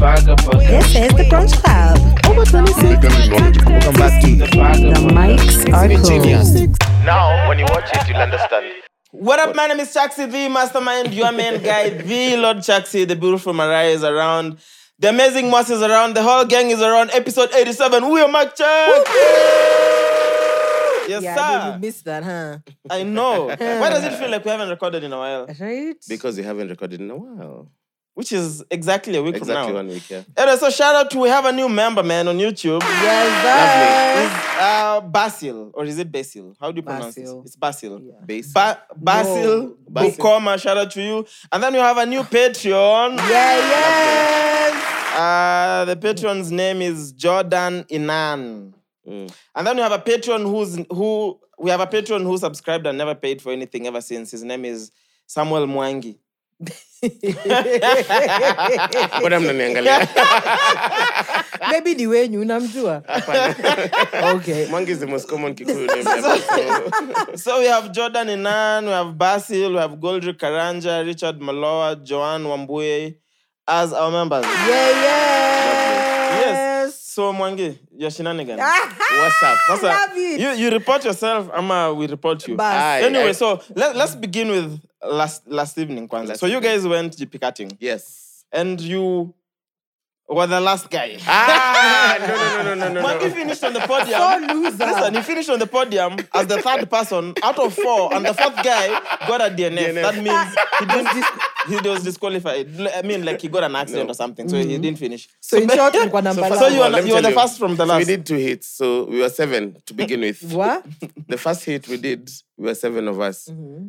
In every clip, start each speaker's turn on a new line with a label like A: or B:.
A: This is the Grunge Club.
B: Welcome back to
A: The mics are cool.
C: Now, when you watch it, you'll understand.
D: What up, my name is Chaxi, the mastermind, your main guy, the Lord Chaxi, the beautiful Mariah is around, the amazing Moss is around, the whole gang is around, episode 87, we are Mark Chuck! Yes,
A: Yeah, you
D: sir.
A: missed that, huh?
D: I know. Why does it feel like we haven't recorded in a while?
A: Right?
B: because we haven't recorded in a while.
D: Which is exactly a week
B: Exactly
D: from now.
B: one week. Yeah.
D: Anyway, so shout out to we have a new member, man, on YouTube. It's
A: yes,
D: uh, Basil, or is it Basil? How do you pronounce
A: Eh. Basil.
D: it? It's Basil.
A: sir.
B: Base.
D: Ba- Basil,
B: Basil.
D: Bukoma, shout out to you. And then we have a new Patreon.
A: Yeah, yes.
D: Uh, the patron's name is Jordan Inan.
B: Mm.
D: And then we have a patron who's who we have a patron who subscribed and never paid for anything ever since. His name is Samuel Mwangi.
B: Mbona mnaniangalia?
A: Maybe ni wenyu unamjua. Okay.
B: Mwangi is the most common Kikuyu name ever. So,
D: So we have Jordan Inan, we have Basil, we have Goldrick Karanja, Richard Maloa, Joanne Wambue as our members.
A: Yeah, yes.
D: So Mwangi, your shenanigans.
B: what's up?
D: That's a-
A: love it.
D: You, you report yourself, Ama, we report you.
A: Bas.
B: Aye,
D: anyway,
B: aye.
D: so let, let's begin with last last evening, Kwanzaa.
B: Last
D: so you
B: evening.
D: guys went GP cutting,
B: Yes.
D: and you were the last guy.
B: Ah, no, no, no, no, no,
D: Mwangi
B: no, no.
D: finished on the podium.
A: So loser.
D: Listen, he finished on the podium as the third person out of four, and the fourth guy got a DNF.
B: DNF.
D: That means he didn't. He was disqualified. I mean, like he got an accident
B: No.
D: or something, so he didn't finish.
A: Mm. So in short, mlikuwa namba
B: first
D: so
A: nane.
D: you were,
B: Let me
D: you were the
B: tell you.
D: first from the
B: So we
D: last.
B: did two hits, so we were seven to begin with.
A: What?
B: The first hit we did, we were seven of us.
A: Mm-hmm.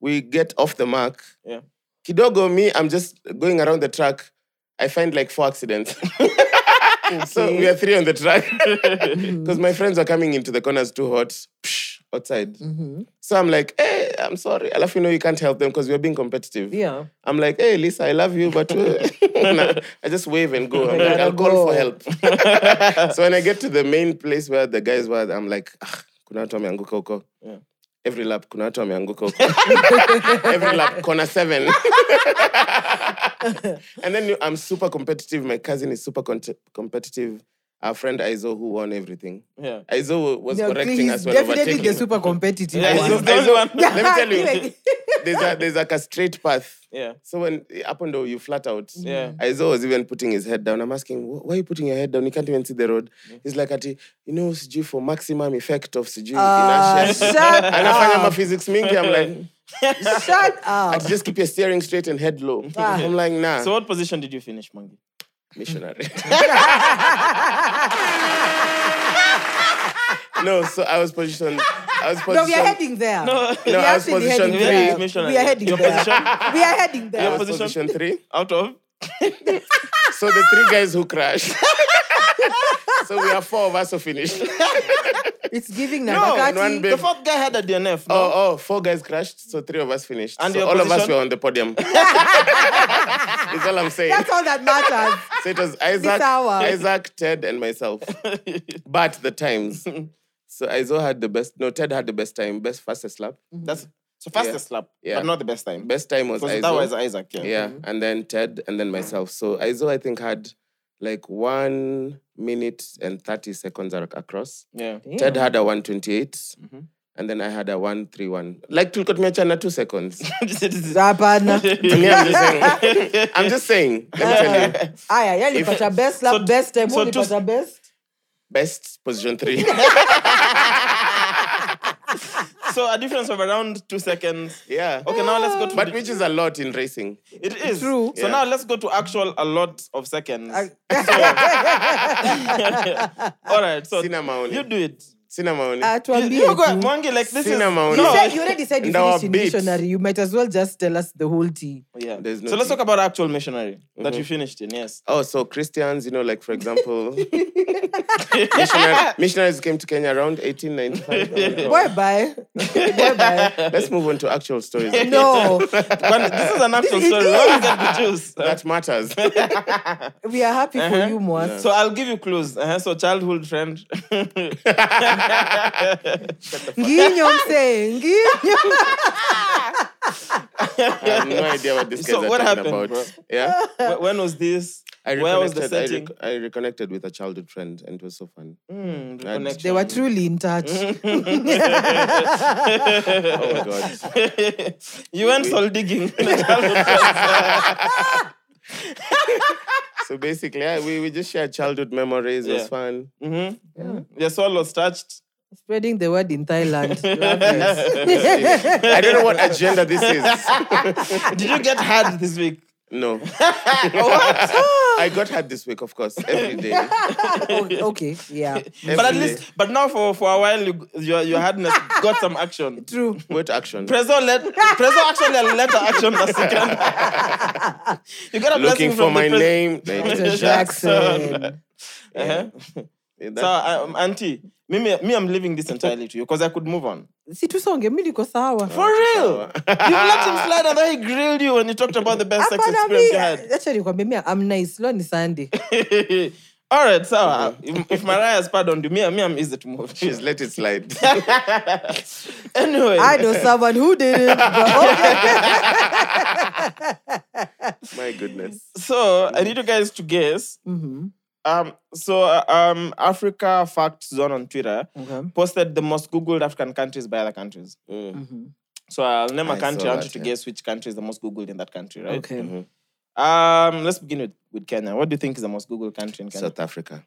B: We get off the mark.
D: Yeah.
B: Kidogo, me, I'm just going around the track. I find like four accidents. so we are three on the track. Because my friends were coming into the corners too hot. Psh, outside. So I'm like, hey, I'm sorry. I love you know you can't help them because we're being competitive.
A: Yeah.
B: I'm like, hey, Lisa, I love you, but uh," nah, I just wave and go. I'm like,
A: gotta
B: I'll call
A: go.
B: for help. so when I get to the main place where the guys were, I'm like, ah, kuna watu wameanguka huko.
D: Yeah.
B: Every lap, kuna watu wameanguka huko. Every lap, corner seven. and then you- I'm super competitive. My cousin is super con- competitive. Our friend Aizo, who won everything.
D: Yeah.
B: Aizo was
A: Yeah,
B: correcting
A: he's
B: us when
A: definitely the
B: overtaking.
A: super competitive
D: Yeah,
A: one.
D: he's
B: Aizo,
D: the only
B: Aizo-
D: one.
B: let me tell you,
A: Like-
B: there's a there's like a straight path.
D: Yeah.
B: So when eh, up and down, you flat out.
D: Yeah.
B: Aizo was even putting his head down. I'm asking, "Wh- why are you putting your head down? You can't even see the road.
D: Mm-hmm.
B: He's like, ati, you know, sijui for maximum effect of sijui
A: Ah,
B: inertia.
A: shut
B: Anafanya
A: up.
B: maphysics mingi. I'm like,
A: Shut up.
B: ati just keep your steering straight and head low.
A: Ah.
B: I'm like, nah,
D: So what position did you finish, Mwangi?
B: missionary. no, so I was positioned. I was
A: No, we are
B: positioned.
A: heading there. we
B: No, I
A: are
B: was
A: actually
B: position
A: heading
B: three.
A: there.
D: Missionary.
A: We are heading
D: Your
A: there.
D: position?
A: We are heading
B: I
A: there.
B: was
D: position.
B: position three.
D: Out of
B: So the three guys who crashed. so we are four of us who finished.
A: It's giving
B: in one
A: Nabakati.
B: bit.
D: the fourth guy had a DNF. No?
B: Oh, oh, four guys crashed, so three of us finished.
D: And
B: so
D: your
B: all of us
D: position?
B: were on the podium. That's all I'm saying.
A: That's all that matters.
B: So it was Isaac,
A: hour.
B: Isaac, Ted, and myself. but the times. So Izo had the best. No, Ted had the best time, best fastest lap.
D: That's so fastest lap,
B: Yeah.
D: but not the best time.
B: Best time was
D: Because
B: Izo.
D: that was Mm-hmm. Isaac. Yeah.
B: yeah, and then Ted, and then myself. So Izo, I think, had like one minute and thirty seconds ac- across.
D: Yeah.
B: Ted had a 128,
D: Mm-hmm.
B: and then I had a 131. Like tulikuwa tumeachana two seconds.
A: Ah, Hapana.
B: Me, I'm just saying. I'm just saying. Let me tell you.
A: Aya, yeah, nilipata best lap,
D: so-
A: best time.
D: so
A: Who
D: two-
A: nilipata best?
B: Best position three.
D: so a difference of around two seconds.
B: yeah.
D: Okay, now let's go to
B: But
D: the-
B: which is a lot in racing.
D: it is
A: True.
D: So
B: Yeah.
D: now let's go to actual a lot of seconds.
A: Ah,
D: All right. So
B: Sina maoni.
D: you do it.
B: Sina maoni.
A: Ah,
D: You,
A: tuambie
D: you go
A: tu.
D: Mwangi like this
B: Sina
D: is
A: You
B: maoni. No.
A: said- you already said you
B: And our
A: finished in
B: beats.
A: missionary. You might as well just tell us the whole tea.
D: Yeah.
B: There's no
D: so let's
B: tea. Mm-hmm.
D: talk about actual missionary that you finished in. Yes.
B: Oh, so Christians, you know, like for example, missionary, missionaries came to Kenya around 1895.
A: Boy, bye. Boy, bye.
B: Let's move on to actual stories.
A: No,
D: But this is an actual
A: It is.
D: story. Don't get the juice.
B: That matters.
A: we are happy for you,
D: Uh,
A: Mwas.
D: So I'll give you clues. Uh-huh. So childhood friend.
A: Nginyo mse, nginyo.
B: I have no idea what this guys
D: So
B: are
D: what
B: talking
D: happened,
B: about.
D: bro?
B: Yeah.
D: Wh- when was this?
B: I
D: Where was the
B: reconnected- I,
D: setting?
B: rec- I reconnected with a childhood friend, and it was so fun. Oh,
D: Mm,
B: Right.
D: reconnection.
A: They were truly in touch.
B: Oh my god.
D: you went soul digging.
B: so basically, yeah, we, we just shared childhood memories. It was
D: Yeah.
B: fun.
D: Mhm. Your soul was touched.
A: Spreading the word in Thailand. Love it.
B: I don't know what agenda this is.
D: Did you get hard this week?
B: No. I got hurt this week, of course, every day.
A: Oh, okay, yeah.
B: Every
D: but at
B: day.
D: least, but now for, for a while, you, your your hardness got some action.
A: True.
B: what action?
D: Preso let preso action and letter action na second. You got a
B: Looking
D: blessing
B: for
D: from the
B: my
D: pres-
B: name. Like,
A: Michael
D: Jackson.
A: Jackson.
D: Uh-huh.
B: yeah,
D: So,
B: that-
D: I- um, auntie, me, me, me, I'm leaving this entirely to you because I could move on. uh,
A: Si tusonge, mi niko sawa.
D: For real, you let him slide, and then he grilled you when you talked about the best sex
A: Hapana,
D: experience
A: mi.
D: you had.
A: Acha nikwambie mi I'm nice. Leo ni Sunday.
D: All right, so uh, if, if Mariah has pardoned you, me, me, I'm easy to move.
B: Please let it slide.
D: anyway,
A: I know someone who did it. But okay.
B: My goodness.
D: so I need you guys to guess.
A: Mhm.
D: Um, so uh, um, Africa Fact Zone on Twitter
A: Okay.
D: posted the most googled African countries by other countries.
B: Mm.
A: Mhm.
D: So I'll name a
B: I
D: country.
B: saw
D: I want you
B: that,
D: to
B: yeah.
D: guess which country is the most Googled in that country, right? Mm-hmm.
A: Okay.
D: Um, let's begin with, with Kenya. What do you think is the most Googled country in Kenya?
B: Mm-hmm. South Africa.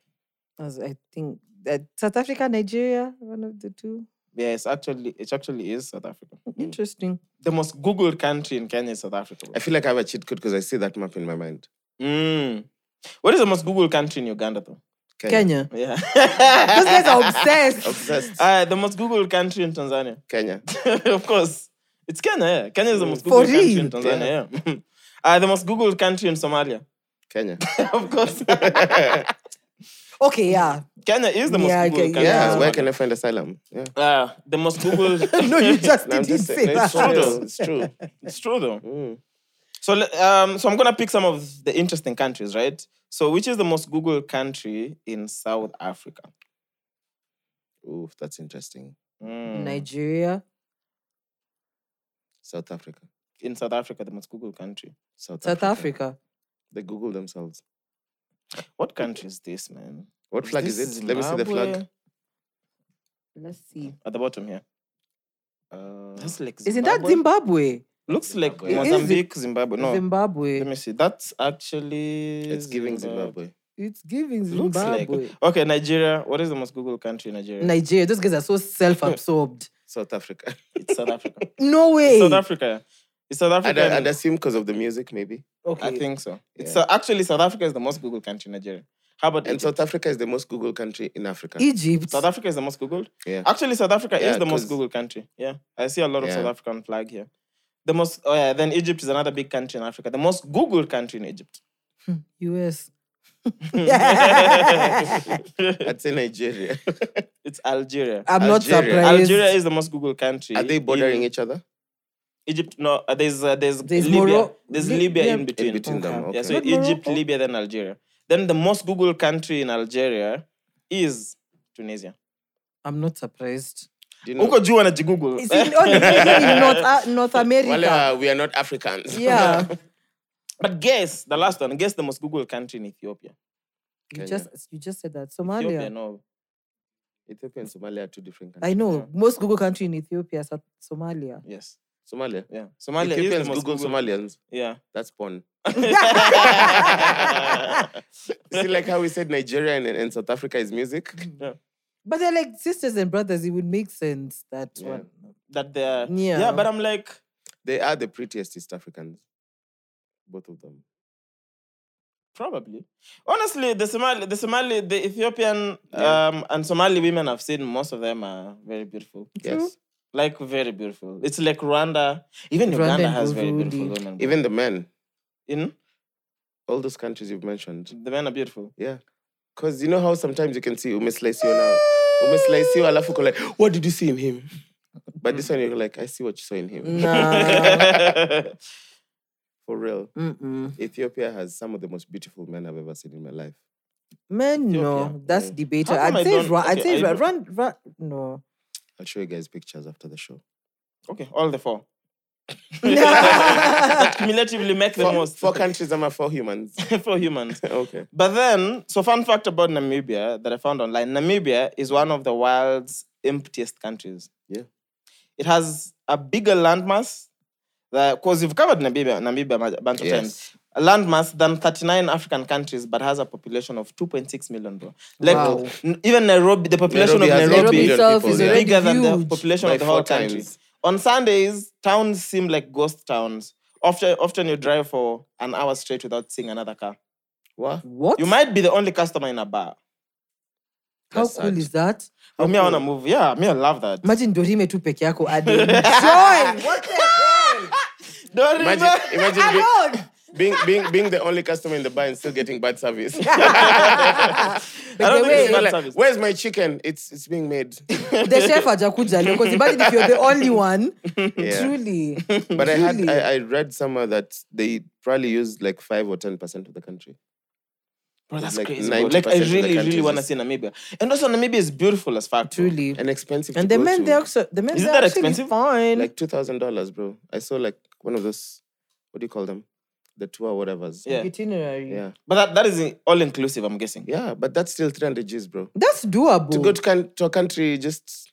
A: As I think that South Africa, Nigeria, one of the two.
D: yes, actually, it actually is South Africa.
A: Interesting.
D: The most Googled country in Kenya is South Africa.
B: I feel like I have a cheat code because I see that map in my mind.
D: Mm. What is the most Googled country in Uganda, though?
A: Kenya.
D: Yeah.
A: Those guys are obsessed.
B: Obsessed.
D: uh, the most Googled country in Tanzania.
B: Kenya.
D: of course. It's Kenya. Yeah. Kenya is the most
A: For
D: Googled country
A: real?
D: in Tanzania. Yeah. uh, the most Googled country in Somalia.
B: Kenya.
D: of course.
A: Okay, yeah.
D: Kenya is the most
A: Yeah,
D: Googled
A: okay,
D: country. in
B: Yeah,
A: Yeah.
B: Uh, where
D: Somalia.
B: can I find asylum? Yeah.
D: Uh, the most Googled.
A: No, you just
B: No, I'm
A: didn't
B: just
A: say
B: saying, it's true
A: that.
B: though. It's true.
D: it's true though.
B: Mm.
D: So, le- um, so I'm gonna pick some of the interesting countries, right? So, which is the most Googled country in South Africa?
B: Oof, that's interesting.
D: Mm.
A: Nigeria.
B: South Africa.
D: In South Africa, the most Googled country.
B: South,
A: South Africa.
B: They Google themselves.
D: What country is this, man?
B: What flag is,
D: this
B: it? Let me see the flag.
D: Zimbabwe?
A: Let's see.
D: at the bottom here.
B: Uh,
D: That's like
A: Isn't that Zimbabwe?
D: Looks like
B: Zimbabwe.
A: It is
D: Mozambique, Zimbabwe. Oh, No,
A: Zimbabwe.
D: let me see. That's actually
B: it's giving Zimbabwe.
A: It's giving
D: Looks
A: Zimbabwe.
D: like okay. Nigeria. What is the most Googled country in Nigeria?
A: Nigeria. Those guys are so self-absorbed.
B: South Africa.
D: It's South Africa.
A: No way.
D: South Africa. It's South
B: I'd,
D: Africa. and-
B: I'd assume because of the music, maybe.
A: okay.
D: I think so. It's
B: Yeah.
D: uh, actually South Africa is the most Googled country in Nigeria. How about
B: And
D: Egypt?
B: South Africa is the most Googled country in Africa.
A: Egypt.
D: uh, South Africa is the most Googled?
B: Yeah.
D: Actually, South Africa is
B: Yeah,
D: the most
B: 'cause-
D: Googled country. Yeah. I see a lot of
B: Yeah.
D: South African flag here. The most oh yeah, then Egypt is another big country in Africa. The most Googled country in Egypt.
A: US.
B: I'd say Nigeria.
D: it's Algeria.
A: I'm not
B: Algeria.
A: surprised.
D: Algeria is the most Googled country.
B: Are they bordering
D: in
B: each other?
D: Egypt? No, uh, there's uh, there's,
A: There's
D: Libya.
A: Moro-
D: there's
A: Li-
D: Libya
A: yeah.
D: in between.
B: In between them.
A: Okay.
B: Okay.
D: Yeah, so
A: Not
D: Egypt,
A: Morocco.
D: Libya, then Algeria. Then the most Googled country in Algeria is Tunisia.
A: I'm not surprised.
B: Do you know-
D: Huko juu wanajigoogle.
A: It's in, only in North, uh, North
B: Wale,
A: America.
B: uh, we are not Africans.
A: Yeah.
D: But guess the last one. Guess the most Googled country in Ethiopia.
A: You
B: Kenya.
A: just you just said that. Somalia.
D: Ethiopia, no.
B: Ethiopia and Somalia are two different countries.
A: I know.
D: Yeah.
A: Most Google country in Ethiopia, South Somalia.
D: Yes.
B: Somalia.
D: Yeah. Somalia is
B: Ethiopians
D: the most
B: Google
D: Googled.
B: Somalians.
D: Yeah.
B: That's porn. See, like how we said Nigeria and, and South Africa is music.
A: But they're like sisters and brothers. It would make sense that
B: Yeah.
A: one.
D: that they're yeah.
A: Yeah.
D: but I'm like,
B: They are the prettiest East Africans. Both of them.
D: probably. Honestly, the Somali the Somali, the Ethiopian
B: Yeah.
D: um and Somali women I've seen, most of them are very beautiful.
A: True.
B: Yes.
D: Like very beautiful. It's like Rwanda. Even
A: Rwanda
D: Uganda
A: and
D: has very beautiful
A: Burundi.
D: women.
B: Even the men.
D: in
B: All those countries you've mentioned.
D: the men are beautiful.
B: Yeah. Because you know how sometimes you can see umesliceyo now. Umesliceyo alafu uko like, what did you see in him? But this one you're like, I see what you saw in him.
A: Nah.
B: For real.
A: Mm-mm.
B: Ethiopia has some of the most beautiful men I've ever seen in my life.
A: Men,
D: Ethiopia.
A: no, that's
B: Mm.
A: debatable.
D: How come
A: I'd,
D: I
A: say
D: don't-
A: Rwa- I'd
D: okay,
A: say
D: I
A: Rwa-
D: don't-
A: Rwan- Rwa- no.
B: I'll show you guys pictures after the show.
D: okay, all the four. that cumulatively make the
B: Four,
D: most
B: four countries, I'm four humans.
D: for humans.
B: okay.
D: But then, so fun fact about Namibia that I found online: Namibia is one of the world's emptiest countries.
B: Yeah.
D: it has a bigger landmass. Because you've covered Namibia, Namibia a bunch of times.
B: Yes.
D: A landmass than 39 African countries, but has a population of 2.6 million. Bro. Like
A: Wow.
D: n- even Nairobi, the population
B: Nairobi
D: of
B: has
A: Nairobi
D: Nairobi
B: million
A: itself is
B: people, yeah.
A: already
D: bigger than the
A: huge.
D: population
B: By
D: of the whole
B: four
D: country.
B: times.
D: On Sundays, towns seem like ghost towns. Often, often you drive for an hour straight without seeing another car.
B: What?
A: What?
D: You might be the only customer in a bar.
A: How
B: That's
A: cool
B: sad.
A: is that?
D: Oh, me, I wanna move. Yeah, me, I love that.
A: Imagine Dorime tu peke yako adi. Join! What the hell?
D: Don't
B: Imagine,
D: remember-
B: imagine being,
A: Alone!
B: being, being, being the only customer in the bar and still getting bad service.
A: By the
D: don't think
A: way,
D: it's bad
B: Like,
D: service.
B: Where's my chicken? It's it's being made.
A: the chef hajakuja leo because imagine if you're the only one
B: Yeah.
A: truly
B: But I had
A: Really?
B: I, I read somewhere that they probably used like five or ten percent of the country.
D: Bro, that's
B: Like
D: crazy. bro.
B: 90%
D: Like, I
B: of the
D: really, really
B: countries
D: want to
B: is-
D: see Namibia. And also, Namibia is beautiful as fuck. bro.
A: truly
B: And expensive.
A: and
B: to
A: the
B: go
A: men
B: to.
A: they also the men
D: Isn't
A: they're
D: that
A: actually
D: expensive?
A: fine
B: like two thousand dollars, bro. I saw like one of those. What do you call them? The tour, whatever's.
D: Yeah.
A: itinerary
B: Yeah.
D: But that, that is all inclusive, I'm guessing.
B: Yeah, but that's still three hundred G's, bro.
A: that's doable
B: To go to, can- to a country just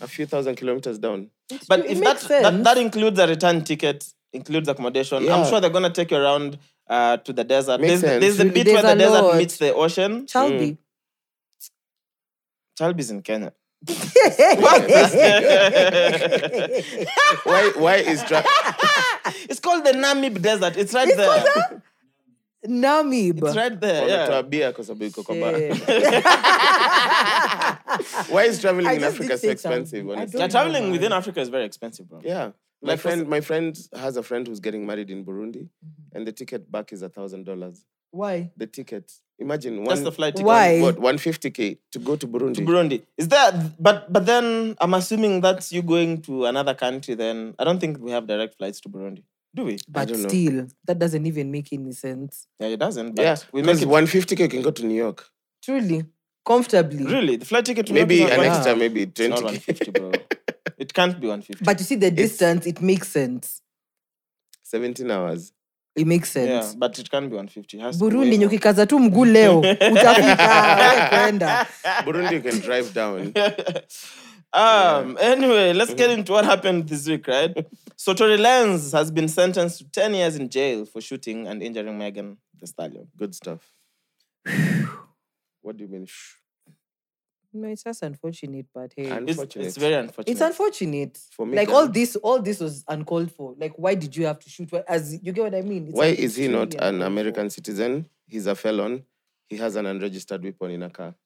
B: a few thousand kilometers down.
A: It's
D: But
A: true. It
D: if that,
A: makes
D: that
A: sense.
D: that includes a return ticket, includes accommodation, I'm
B: Yeah.
D: sure they're gonna take you around uh, to the desert.
B: Makes
D: there's the-
B: sense.
D: there's the
A: Really,
D: bit where the
A: there's a
D: desert
A: lot.
D: meets the ocean.
A: Chalbi.
D: Chalbi's in Kenya.
B: Why? Why is tra-
D: It's called the Namib Desert. It's right there.
A: Namib.
D: It's right there.
B: yeah.
D: Yeah.
B: beer kwa sababu iko kwa bara.
A: Yeah.
B: Why is traveling
A: I
B: in
A: just
B: Africa
A: did
B: so
A: say
B: expensive?
A: something. I
B: honestly?
A: don't
D: Yeah, traveling
A: remember.
D: within Africa is very expensive, bro.
B: Yeah. My
D: Like, what's-
B: friend, my friend has a friend who's getting married in Burundi,
A: Mm-hmm.
B: and the ticket back is a thousand dollars.
A: Why?
B: The ticket, imagine
D: That's
B: one,
D: the flight ticket.
A: Why?
B: what one fifty k to go to Burundi.
D: To Burundi. Is that but but then I'm assuming that's you going to another country then I don't think we have direct flights to Burundi. Do we?
A: But
B: don't know.
A: still, that doesn't even make any sense.
D: Yeah, it doesn't. But
B: Yeah,
D: we make
B: because
D: it
B: one fifty k can go to New York.
A: Truly. Comfortably.
D: really the flight ticket to
B: Maybe
D: Europe is
B: an
D: not
A: Yeah.
B: extra, maybe
D: It's not
B: twenty k,
D: 150, bro. it can't be 150.
A: But you see the distance, it makes sense.
B: seventeen hours.
A: It makes
D: yeah,
A: sense.
D: but it can be 150. It has to be way
A: Burundi
D: more.
A: nyokikaza tu mguu leo utafika kwenda.
B: Burundi, you can drive down.
D: um, Anyway, let's get into what happened this week, right? so Tory Lanez has been sentenced to 10 years in jail for shooting and injuring Megan Thee Stallion.
B: Good stuff. what do you mean? shh?
A: No, it's just unfortunate, but hey.
B: And-
D: It's,
B: Unfortunate.
D: it's very unfortunate.
A: it's unfortunate.
B: For me,
A: like all
B: then-
A: this, all this was uncalled for. Like, why did you have to shoot? Why- As you get what I mean? It's
B: Why
A: like,
B: is he
A: truly
B: not
A: uncalled
B: an
A: for.
B: American citizen? He's a felon. He has an unregistered weapon in a car.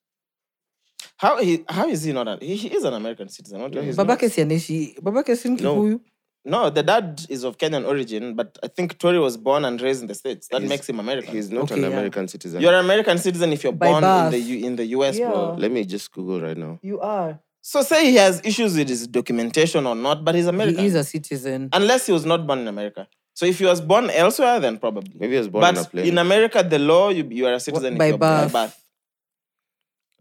D: how, he, how is he not? An, he, he is an American citizen. What do
B: No,
D: you
B: he's
D: mean?
B: not.
A: Babake si anaishi. Babake si ni
B: No.
A: Kikuyu.
D: No, the dad is of Kenyan origin, but I think Tory was born and raised in the States. That
B: He's-
D: makes him American.
B: He's not
A: Okay,
B: an
A: yeah.
B: American citizen.
D: You're an American citizen if you're
A: By
D: born in the
A: birth.
D: U, in the US, bro.
A: Yeah.
B: Let me just Google right now.
A: You are.
D: So say he has issues with his documentation or not, but he's American.
A: He is a citizen.
D: Unless he was not born in America. So if he was born elsewhere, then probably.
B: Maybe I was born
D: but
B: on a plane.
D: in America, the law you, you are a citizen
A: by
D: if you're born
A: birth.
D: by birth.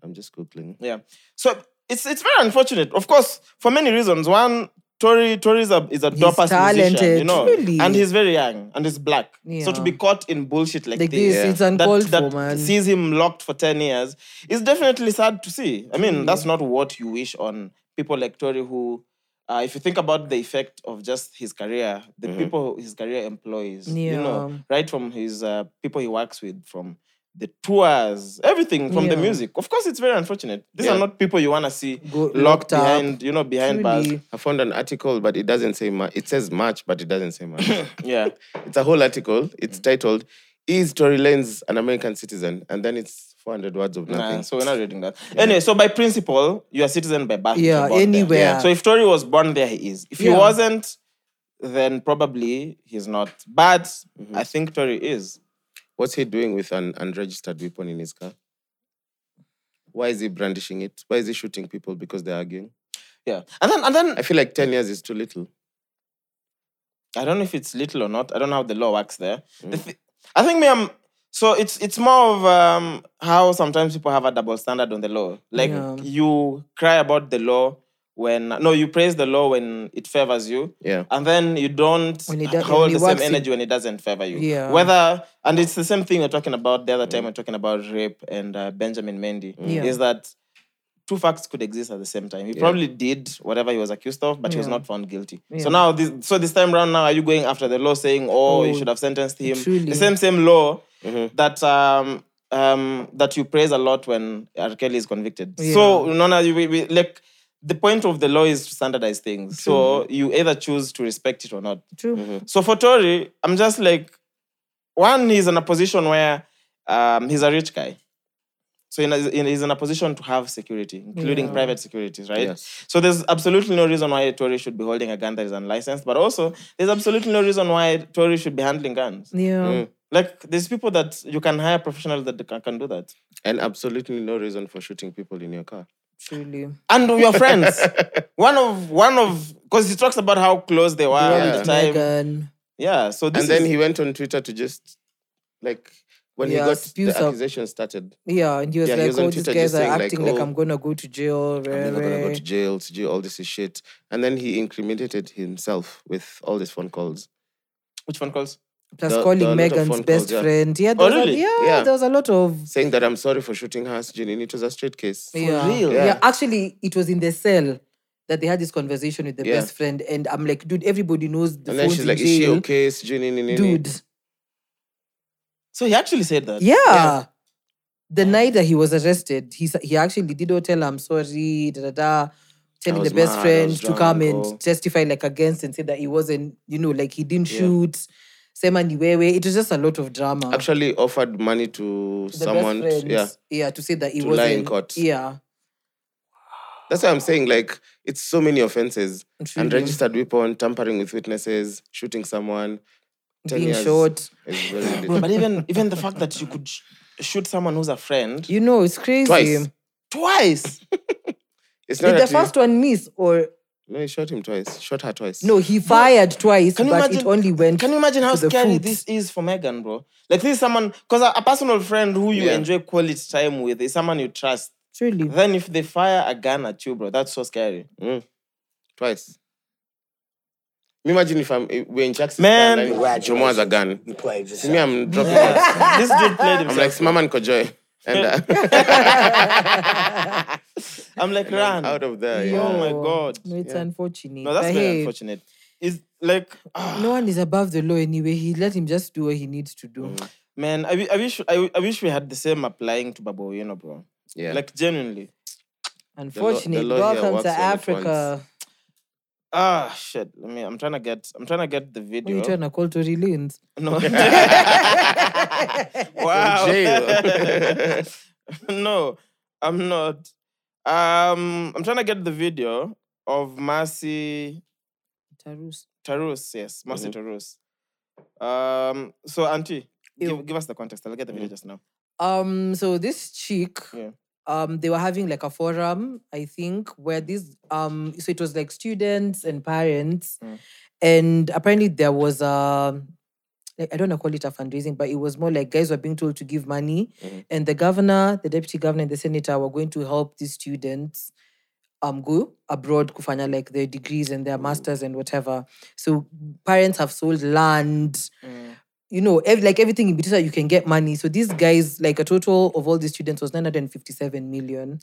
B: I'm just Googling.
D: Yeah. So it's it's very unfortunate, of course, for many reasons. One, Tory Tory is a is a
A: He's
D: doper musician, you
A: talented,
D: know,
A: really.
D: and he's very young and he's black. So to
A: Yeah.
D: be caught in bullshit like,
A: Like this,
D: this.
B: Yeah.
A: it's uncalled
D: that,
A: for,
D: that
A: man.
D: sees him locked for 10 years is definitely sad to see. I
A: Mm.
D: mean, that's not what you wish on people like Tory who, uh, if you think about the effect of just his career, the people his career employs, you know,
A: Yeah.
D: right from his uh, people he works with, from the tours, everything from the
A: Yeah.
D: music. Of course, it's very unfortunate. These
B: Yeah.
D: are not people you want to see
A: Go-
D: locked,
A: locked up.
D: behind, you know, behind bars.
A: Truly.
B: I found an article, but it doesn't say much. It says much, but it doesn't say much.
D: Yeah.
B: it's a whole article. It's
D: Mm.
B: titled "Is Tory Lanez an American Citizen?" and then it's 400 words of nothing.
D: Nah, so we're not reading that. Anyway, so by principle, you're a citizen by birth. if
A: Yeah,
D: you're born there.
A: anywhere.
B: Yeah.
D: So if Tory was born there, he is. If he
A: Yeah.
D: wasn't, then probably he's not. But
A: Mm-hmm.
D: I think Tory is.
B: What's he doing with an unregistered weapon in his car? Why is he brandishing it? Why is he shooting people because they're arguing?
D: Yeah. And then and then
B: I feel like 10 years is too little.
D: I don't know if it's little or not. I don't know how the law works there. The
A: Mm.
D: thi- I think me I'm so it's it's more of um, how sometimes people have a double standard on the law. Like
A: Yeah.
D: you cry about the law when no, you praise the law when it favors you,
B: Yeah.
D: and then you don't
A: When it do-
D: hold
A: when it
D: the same
A: works in-
D: energy when it doesn't favor you.
A: Yeah.
D: Whether and it's the same thing we're talking about the other time we're talking about rape and uh, Benjamin Mendy
A: Mm. Yeah.
D: is that two facts could exist at the same time. He
B: Yeah.
D: probably did whatever he was accused of, but he was
A: Yeah.
D: not found guilty.
A: Yeah.
D: So now, this, so this time around, now are you going after the law saying, "Oh, you
A: Oh,
D: should have sentenced him"?
A: truly.
D: The same same law
B: Mhm.
D: that um um that you praise a lot when R. Kelly is convicted.
A: Yeah.
D: So no, no, you we, we, like the point of the law is to standardize things. So you either choose to respect it or not.
A: True.
B: Mm-hmm.
D: So for Tory, I'm just like, one, he's in a position where um, he's a rich guy. So in a, in- he's in a position to have security, including
A: Yeah.
D: private securities, right?
B: Yes.
D: So there's absolutely no reason why a Tory should be holding a gun that is unlicensed, but also there's absolutely no reason why a Tory should be handling guns.
A: Yeah.
B: Mm.
D: Like there's people that you can hire professionals that can, can do that,
B: And absolutely no reason for shooting people in your car.
A: Truly.
D: and your friends. one of one of because he talks about how close they were
B: Yeah.
D: at the
A: Oh
D: time.
A: Megan.
D: Yeah, so this
B: and then
D: is,
B: he went on Twitter to just like when
A: Yeah,
B: he got
A: spew
B: the
A: some-
B: accusation started.
A: Yeah, and he was
B: Yeah, he
A: like,
B: was on
A: "Oh, these
B: Twitter just
A: guys are
B: saying, like,
A: acting like,
B: oh,
A: I'm gonna go to jail."
B: I'm never gonna go
A: rare.
B: to jail, to jail, all this is shit. And then he incriminated himself with all these phone calls.
D: which one calls?
A: Plus,
B: There- there are a
A: calling
B: lot of
A: Megan's
B: phone
A: best
B: calls, yeah.
A: friend. Yeah, there
D: Oh,
A: was a-
D: really?
A: yeah,
B: Yeah.
A: there was a lot of.
B: Saying that I'm sorry for shooting her, Janine. It was a straight case.
A: yeah.
D: real?
A: Yeah.
B: Yeah.
A: actually, it was in the cell that they had this conversation with the
B: Yeah.
A: best friend, and I'm like, dude, everybody knows the
B: and then
A: phone's
B: she's
A: in
B: like, Is she
A: jail,
B: okay? Is Janine
A: dude.
D: So he actually said that.
A: Yeah. The night that he was arrested, he s- he actually did not tell I'm sorry, da da da, telling
B: was
A: the best
B: mad, I
A: friend
B: was
A: to come
B: drunk, oh.
A: and testify like against and say that he wasn't, you know, like he didn't
B: Yeah.
A: shoot. Same and Iwewe. It was just a lot of drama.
B: Actually offered money to
A: the
B: someone.
A: best friends,
B: yeah.
A: yeah, to say that he
B: To lie in
A: wasn't
B: court.
A: Yeah,
B: That's why I'm saying, like, it's so many offenses.
A: truly.
B: Unregistered weapon, tampering with witnesses, shooting someone. 10
A: being
B: years
A: short.
B: is very
D: Bro,
B: ridiculous.
D: but even even the fact that you could sh- shoot someone who's a friend
A: You know, it's crazy.
B: Twice.
D: twice.
B: It's not
A: Did the
B: that we-
A: first one miss or
B: No, he shot him twice. Shot her twice.
A: no? He fired twice,
D: Can you
A: but it
D: imagine-
A: only went.
D: Can you imagine how
A: To the
D: scary
A: foot.
D: this is for Megan, bro? Like this is someone because a, a personal friend who you
B: Yeah.
D: enjoy quality time with is someone you trust.
A: truly,
D: Then if they fire a gun at you, bro, that's so scary.
B: Mm. Twice. Imagine if I'm if we're in Jackson.
D: Man.
B: Jomo has a gun.
E: You played yourself.
B: Me, I'm dropping. it.
D: this dude played
B: I'm like
D: himself.
B: Simama and Kojoy. And uh,
D: I'm like, run.
B: out of there.
A: Yo.
D: Oh
B: Yeah.
D: my god.
A: no, it's
B: Yeah.
A: unfortunate.
D: No, that's
A: but
D: very
A: hey,
D: unfortunate. It's like ah,
A: No one is above the law anyway. He let him just do what he needs to
B: Mm.
A: do.
D: man, I, wi- I wish I, wi- I wish we had the same applying to Babu, you know, bro.
B: yeah.
D: Like genuinely.
A: Unfortunate.
B: the law here
A: Welcome
B: works
A: to
B: on its own.
A: Africa.
D: Ah shit. Let me I'm trying to get I'm trying to get the
A: What are you
D: video.
A: trying to call Tory Lanez?
D: no.
B: From
D: wow.
B: jail.
D: no, I'm not. Um I'm trying to get the video of Mercy
A: Tarus.
D: Tarus, yes, Mercy
B: Mm-hmm.
D: Tarus. Um so Auntie,
A: Ew.
D: give, give us the context. I'll get the video
B: Mm.
D: just now.
A: Um, so this chick,
D: Yeah.
A: um, they were having like a forum, I think, where these um so it was like students and parents,
D: Mm.
A: and apparently there was a like, I don't want to call it a fundraising, but it was more like guys were being told to give money,
D: Mm-hmm.
B: Mhm.
A: and the governor, the deputy governor, and the senator were going to help these students um go abroad kufanya like their degrees and
D: Mm-hmm.
A: their masters and whatever. So parents have sold land,
D: Mm.
A: you know, ev- like everything in between so that you can get money. So these guys, like a total of all the students was 957 million.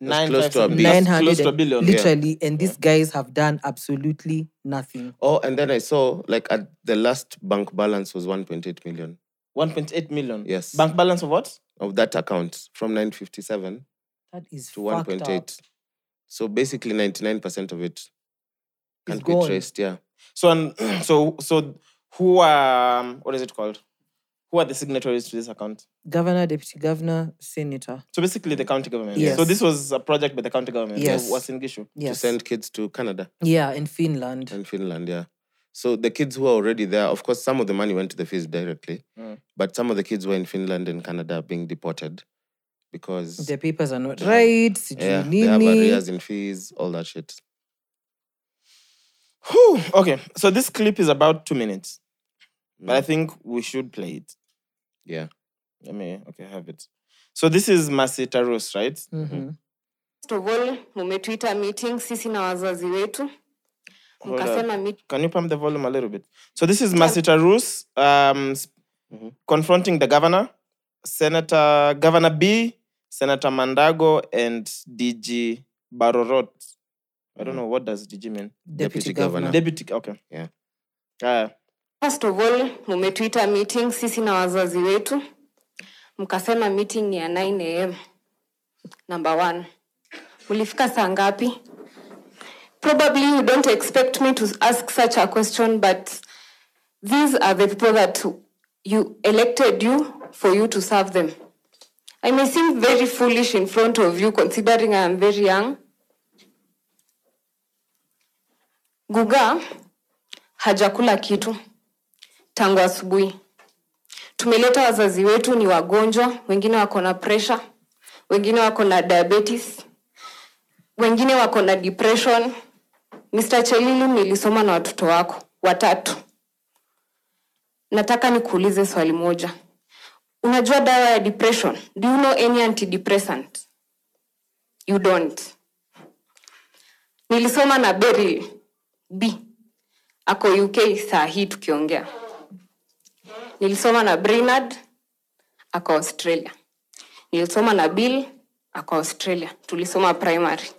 B: That's close to a
D: 957.
B: billion.
D: That's
A: 900
D: Close to a
A: and-
D: billion.
B: yeah.
A: Literally, and these guys have done absolutely nothing.
B: Oh, and then I saw like at the last bank balance was 1.8 million
D: 1.8 million.
B: Yes.
D: Bank balance of what?
B: of that account from 957
A: That is
B: to
A: fucked up.
B: 1.8. So basically 99% of it can
A: It's
B: be
A: gone.
B: traced. Yeah.
D: So and so so who are um, what is it called? Who are the signatories to this account?
A: Governor, deputy governor, senator.
D: So basically the county government.
A: Yes.
D: So this was a project by the county government.
A: Yes.
D: So was in Gishu.
A: Yes.
B: To send kids to Canada
A: yeah, in Finland.
B: and Finland. Yeah. So the kids who are already there, of course, some of the money went to the fees directly,
D: Mm.
B: but some of the kids who are in Finland and Canada are being deported because
A: The papers are not
B: Yeah.
A: right.
B: yeah,
A: sijui
B: they have
A: nini.
B: arrears in fees, all that shit.
D: Whew. Okay. So this clip is about two minutes, but I
B: Mm.
D: think we should play it.
B: Yeah.
D: Let me okay have it. So this is Masi Taros, right?
A: Mhm.
E: First of all, umetuita meeting sisi na wazazi wetu
D: Hold up.
E: mkasema meet-
D: Can you pump the volume a little bit? So this is Masita Rus um, s- confronting the governor, Senator Governor B, Senator Mandago, and DG Barorot. I don't know what does DG mean.
A: Deputy,
B: Deputy
A: governor.
B: governor.
D: Deputy. Okay.
B: Yeah.
D: Uh,
E: first of all umetuita meeting sisi na wazazi wetu mkasema meeting ni ya 9 am number one ulifika saa ngapi probably you don't expect me to ask such a question but these are the people that you elected you for you to serve them i may seem very foolish in front of you considering i am very young guga hajakula kitu tangu asubuhi. Tumeleta wazazi wetu ni wagonjwa, wengine wako na pressure, wengine wako na diabetes, wengine wako na depression. Mr. Chelilu, nilisoma na watoto wako watatu. Nataka nikuulize swali moja. Unajua dawa ya depression? Do you know any antidepressant? You don't. Nilisoma na Beryl B ako UK saa hii tukiongea. Nilisoma na Brainerd ako Australia. Nilisoma na Bill ako Australia, tulisoma primary.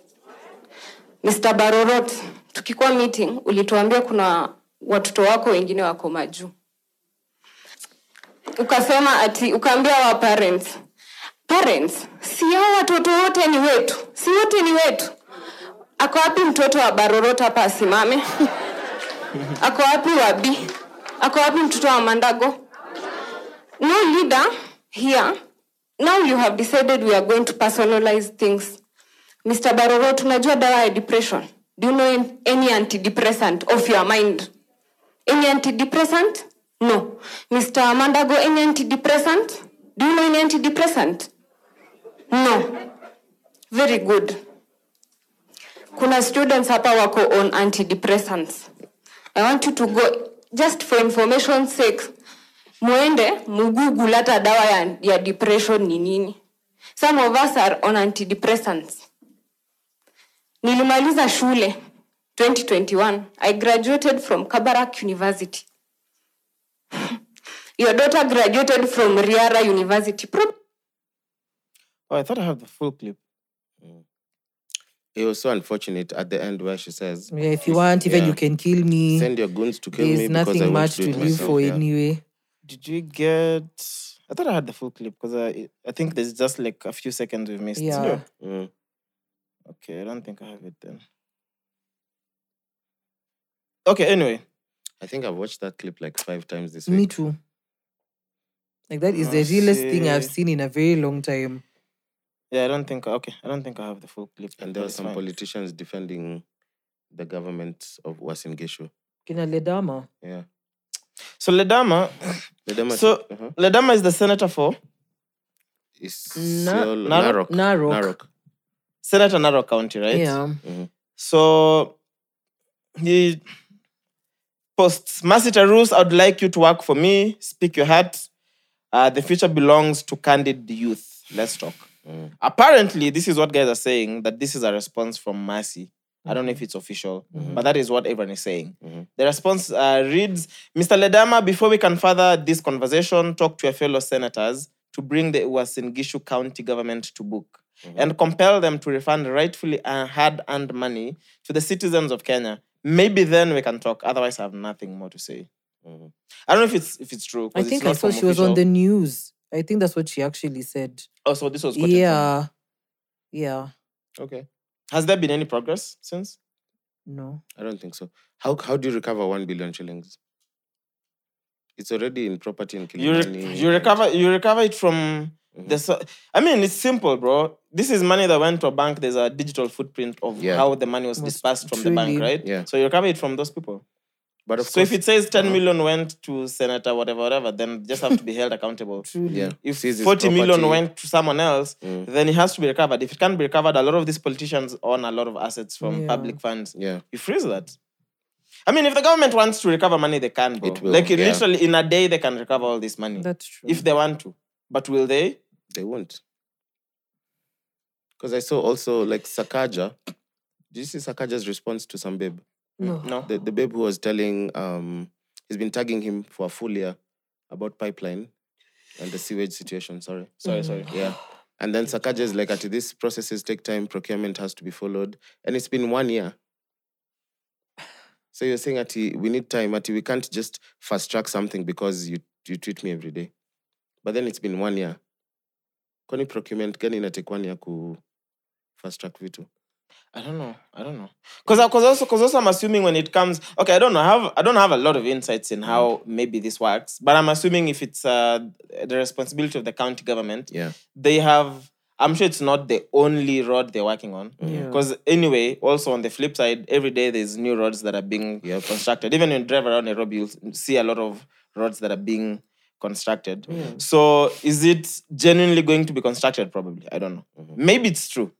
E: Mr. Barorot, tukikuwa meeting ulituambia kuna watoto wako wengine wako majuu, ukasema ati ukaambia wa parents parents, si hao watoto wote ni wetu, si wote ni wetu. Ako wapi mtoto wa Barorot hapa asimame? ako wapi wabi ako wapi mtoto wa mandago no leader here now you have decided we are going to personalize things mr baroro tunajua dawa ya depression do you know any antidepressant of your mind any antidepressant no mr mandago any antidepressant do you know any antidepressant no very good kuna students hapa wako on antidepressants I want you to go just for information sake, muende mugoogle hata dawa ya, ya depression ni nini. Some of us are on antidepressants. Nilimaliza shule 2021. I graduated from Kabarak University. Your daughter graduated from Riara University. Pro-
D: oh, I thought I had the full clip.
B: It was so unfortunate at the end where she says,
A: Yeah, if you want, even
B: Yeah.
A: you can kill me.
B: "Send your goons to kill me
A: There's
B: because I
A: nothing
B: won't
A: much
B: do
A: to
B: it
A: live
B: myself."
A: for
B: yeah.
A: anyway.
D: Did you get? I thought I had the full clip because I I think there's just like a few seconds we missed.
A: Yeah.
B: Mm.
D: Okay, I don't think I have it then. Okay, anyway.
B: I think I've watched that clip like five times this
A: Me
B: week.
A: too. Like that is the realest thing I've
D: Mercy.
A: seen in a very long time.
D: Yeah, I don't think okay, I don't think I have the full clip.
B: And
D: but
B: there were
D: it's
B: some
D: fine.
B: politicians defending the government of Wasim Gesho.
A: Kina Ledama.
B: Yeah.
D: So Ledama
B: The Dema-
D: So-
B: uh-huh.
D: Ledama is the senator for
B: is
A: Na-
B: Siol- Narok.
D: Narok-
A: Narok.
B: Narok.
D: Senator Narok County, right?
A: Yeah.
D: So he posts Masita Roos, I'd like you to work for me, speak your heart. Uh, the future belongs to candid youth. Let's talk.
B: Mm.
D: Apparently, this is what guys are saying that this is a response from Mercy. I don't know
A: Mm-hmm.
D: if it's official, but that is what everyone is saying.
B: Mhm.
D: The response uh, reads Mr. Ledama, before we can further this conversation, talk to your fellow senators to bring the Uasingishu County government to book
A: Mm-hmm.
D: and compel them to refund rightfully uh, hard earned money to the citizens of Kenya. Maybe then we can talk. Otherwise, I have nothing more to say.
B: Mhm.
D: I don't know if it's if it's true. 'cause
A: I
D: it's
A: think
D: not
A: I saw
D: from
A: she was on the
D: official-
A: news. I think that's what she actually said.
D: Oh, so this was quoted from-
A: Yeah. Yeah.
B: Okay.
D: Has there been any progress since?
A: No.
B: I don't think so. How how do you recover one billion shillings? It's already in property in
D: You re-
B: Kilimani.
D: you recover you recover it from
B: Mm-hmm.
D: the. so- I mean, it's simple, bro. This is money that went to a bank. There's a digital footprint of
B: Yeah.
D: how the money was
A: Was
D: dispersed from the bank,
A: truly-
D: right?
B: Yeah.
D: So you recover it from those people.
B: But of
D: so
B: course, Uh-huh.
D: if it says 10 million went to senator whatever whatever, then just have to be held accountable.
A: Truly.
B: yeah,
D: If
B: sees his
D: 40 million
B: property,
D: went to someone else,
B: Mm.
D: then it has to be recovered. If it can't be recovered, a lot of these politicians own a lot of assets from
A: Yeah.
D: public funds.
B: yeah,
D: You freeze that. I mean, if the government wants to recover money, they can. Bro.
B: It will,
D: like,
B: yeah.
D: literally, in a day, they can recover all this money
A: That's true.
D: if they want to. But will they?
B: they won't. Because I saw also like Sakaja. Did you see Sakaja's response to some babe?
A: No.
D: No.
B: The, the babe who was telling, um, he's been tagging him for a full year about pipeline and the sewage situation. Sorry.
D: Sorry, sorry.
B: Yeah. And then Sakaja is like, at these processes take time, procurement has to be followed. And it's been one year. So you're saying, Ati, we need time, Ati, we can't just fast track something because you, you treat me every day. But then it's been one year. Kwani procurement gani inatake one year ku fast track vitu?
D: I don't know. I don't know. Cause, I- cause also, cause also, I'm assuming when it comes. Okay, I don't know. I have I don't have a lot of insights in how maybe this works, but I'm assuming if it's uh, the responsibility of the county government,
B: Yeah.
D: they have. I'm sure it's not the only road they're working on.
A: Yeah.
D: Because anyway, also on the flip side, every day there's new roads that are being
B: Yep.
D: constructed. Even when you drive around Nairobi, you see a lot of roads that are being constructed. So is it genuinely going to be constructed? Probably. I don't know.
B: Mm-hmm.
D: Maybe it's true.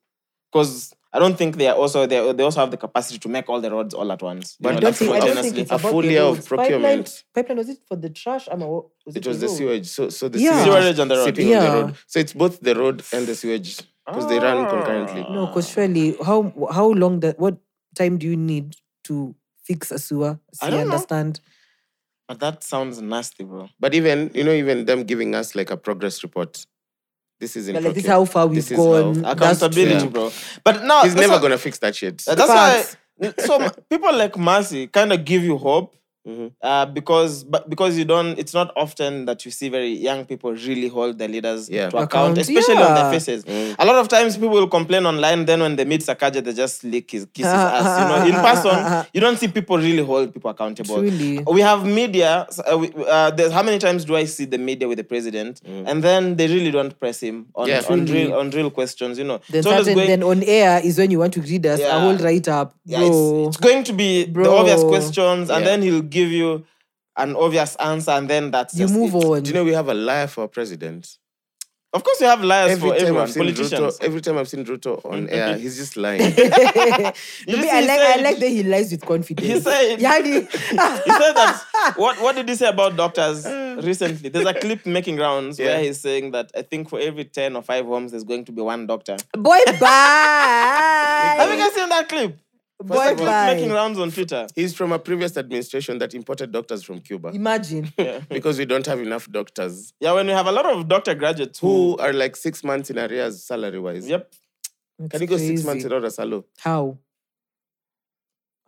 D: Because I don't think they are also they, they also have the capacity to make all the roads all at once. You
B: But
D: know,
B: don't
D: like
B: think-
A: I
B: full-
A: don't
D: simultaneously.
A: think it's
B: a
A: about
B: full
A: the
B: year of
A: roads.
B: procurement.
A: Pipeline, pipeline was it for the trash? I'm was it,
B: It was the
A: road?
B: sewage. So, so the
A: Yeah.
B: sewage,
D: Sewage and the road.
B: sitting on
A: Yeah.
B: the road. So it's both the road and the sewage because they run concurrently.
D: Ah.
A: No, because surely how how long that what time do you need to fix a sewer? See,
D: don't know.
A: understand.
D: But that sounds nasty, bro.
B: But even you know, even them giving us like a progress report. This is in
A: But like this is
B: procure-
A: how far we've
B: This is
A: gone.
B: how-
A: That's
D: Accountability,
B: true.
D: bro. But now
B: He's
D: that's
B: never
D: what-
B: gonna fix that shit.
D: Uh, That's
A: Facts.
D: why. So m- people like Mercy kind of give you hope
B: Mhm.
D: uh, because but because you don't. It's not often that you see very young people really hold their leaders
B: Yeah.
D: to account,
A: Account,
D: especially on their
A: yeah.
D: faces.
B: Mm.
D: A lot of times people will complain online. Then when they meet Sakaja, they just lick his kiss his ass. You know, in person, you don't see people really hold people accountable.
A: Truly.
D: We have media. so, Uh, we- uh, there's, how many times do I see the media with the president, and then they really don't press him on,
B: Mm. Yeah.
D: on
A: Truly.
D: real on real questions? You know,
A: Then,
D: It's always
A: certain,
D: going-
A: then on air is when you want to read us
D: Yeah.
A: a whole write up.
D: yeah, it's, it's going to be the
A: Bro.
D: obvious questions,
B: Yeah.
D: and then he'll give you an obvious answer, and then that's
A: you
D: just
A: move
D: it.
A: on.
B: Do you know we have a liar for a president?
D: Of course, you have liars for everyone,
B: I've seen eh,
D: politicians. Mm-hmm.
B: Ruto, every time I've seen Ruto on air, he's just lying.
A: The
D: You
A: way
D: see,
A: I
D: he
A: like I
D: said-
A: like that he lies with confidence.
D: He said-
A: Yani,
D: He said that. What What did he say about doctors recently? There's a clip making rounds where
B: Yeah.
D: he's saying that I think for every ten or five homes, there's going to be one doctor.
A: boy
D: Have you
A: bye.
D: guys seen that clip?
A: boy
D: It's making
A: bye.
D: rounds on Twitter.
B: he's from a previous administration that imported doctors from Cuba
A: Imagine.
B: because we don't have enough doctors
D: Yeah, when we have a lot of doctor graduates who,
B: who are like six months in arrears salary wise.
D: yep,
B: Can you go six months without a salary?
A: How?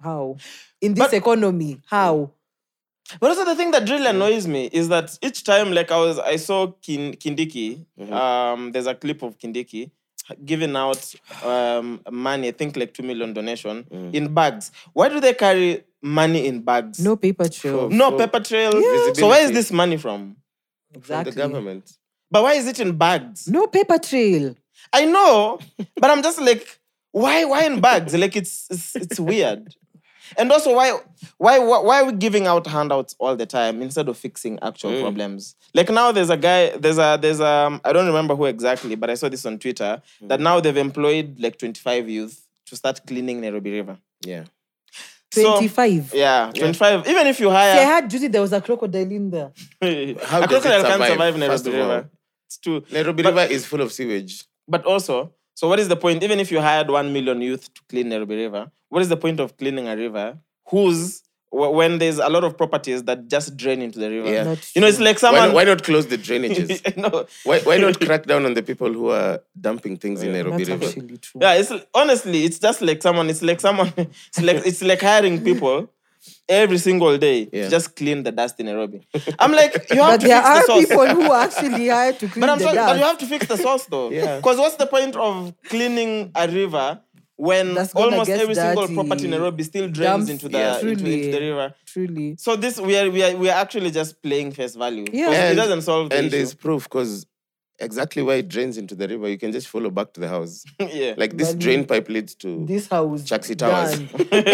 A: How? In this
D: But-
A: economy, how?
D: But also the thing that really annoys me is that each time, like I was, I saw Kin- Kindiki.
B: Mm-hmm.
D: Um, there's a clip of Kindiki giving out um, money. I think like two million donation
B: Mm.
D: in bags. Why do they carry money in bags?
A: No paper trail.
B: Sure.
D: no
B: So-
D: paper trail.
B: Yeah.
D: So where is
B: Visibility.
D: this money from?
B: From
A: exactly.
B: the government.
D: But why is it in bags?
A: No paper trail.
D: I know, but I'm just like, why? Why in bags? Like it's it's, it's weird. And also, why, why why why are we giving out handouts all the time instead of fixing actual
B: Mm.
D: problems? Like now, there's a guy, there's a there's a I don't remember who exactly, but I saw this on Twitter that
B: Mm.
D: now they've employed like 25 youth to start cleaning Nairobi River.
B: Yeah.
D: So-
A: 25.
D: Yeah, 25. Even if you hire,
A: See, I had Judy, there was a crocodile in there.
B: How
D: a
B: does it
D: crocodile can't
B: survive,
D: survive
B: first
D: Nairobi
B: of all?
D: River. It's too.
B: Nairobi
D: But-
B: River is full of sewage.
D: But also, so what is the point? Even if you hired one million youth to clean Nairobi River, what is the point of cleaning a river whose wh- when there's a lot of properties that just drain into the river?
B: Yeah.
A: Not
D: You know, it's like
B: Why,
D: someone.
B: why not close the drainages?
D: no.
B: why, why not crack down on the people who are dumping things in Nairobi
A: That's
B: River?
A: actually true.
D: Yeah, it's honestly, it's just like someone. It's like someone. It's like it's like hiring people every single day
B: Yeah.
D: to just clean the dust in Nairobi. I'm like, you
A: But
D: have to
A: there
D: fix the
A: are
D: source.
A: people who are actually hired to clean
D: But I'm
A: the
D: sorry, but you
A: dust.
D: have to fix the source though.
B: Yeah.
D: Because what's the point of cleaning a river when
A: That's gonna
D: almost
A: get
D: every single
A: dirty.
D: property in Nairobi still drains
A: Dumps,
D: into the
A: yeah.
D: into, into the
A: Truly.
D: river?
A: Truly.
D: So this we are we are we are actually just playing face value. 'Cause
A: Yeah.
D: it
B: And-
D: doesn't solve the
B: And there's
D: issue.
B: proof because exactly where it drains into the river, you can just follow back to the house.
D: yeah.
B: Like this
A: Value.
B: drain pipe leads to.
A: This house.
B: Chaxi Towers.
A: done.
B: and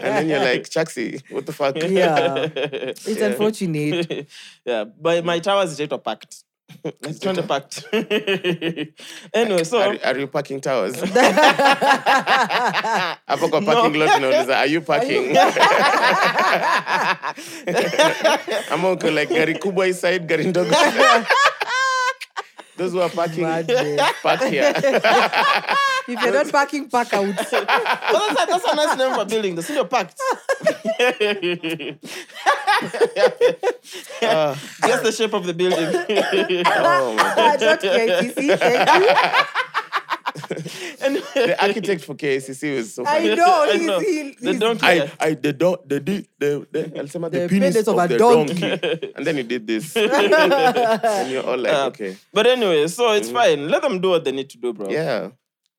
B: then you're like, Chaxi, what the fuck?
A: Yeah. It's
B: Yeah.
A: unfortunate.
D: yeah. But my tower is Jeto packed. It's not a pact. anyway, so
B: Are, are you parking towers? Hapo kwa parking lot nauliza, are you parking? ama uko like gari kubwa hii side, gari ndogo Those who are parking,
A: Madness.
B: park here.
A: If you're not parking, park out.
D: But that's, a, that's a nice name for building. The senior packed.
B: Uh,
D: Just the shape of the building.
B: oh my God.
A: not KICC, thank you.
D: Anyway,
B: The architect for KACC was so funny.
A: I know.
D: I
A: He's,
D: know.
A: He, he's,
D: They don't
B: I,
D: care.
B: I, the don, the, the, the, the, I'll say my- the,
A: The
B: penis,
A: penis
B: of,
A: of a
B: the donkey.
A: donkey.
B: and then he did this. and you're all like,
D: Uh,
B: okay. Mm.
D: But anyway, so it's fine. Let them do what they need to do, bro.
B: Yeah.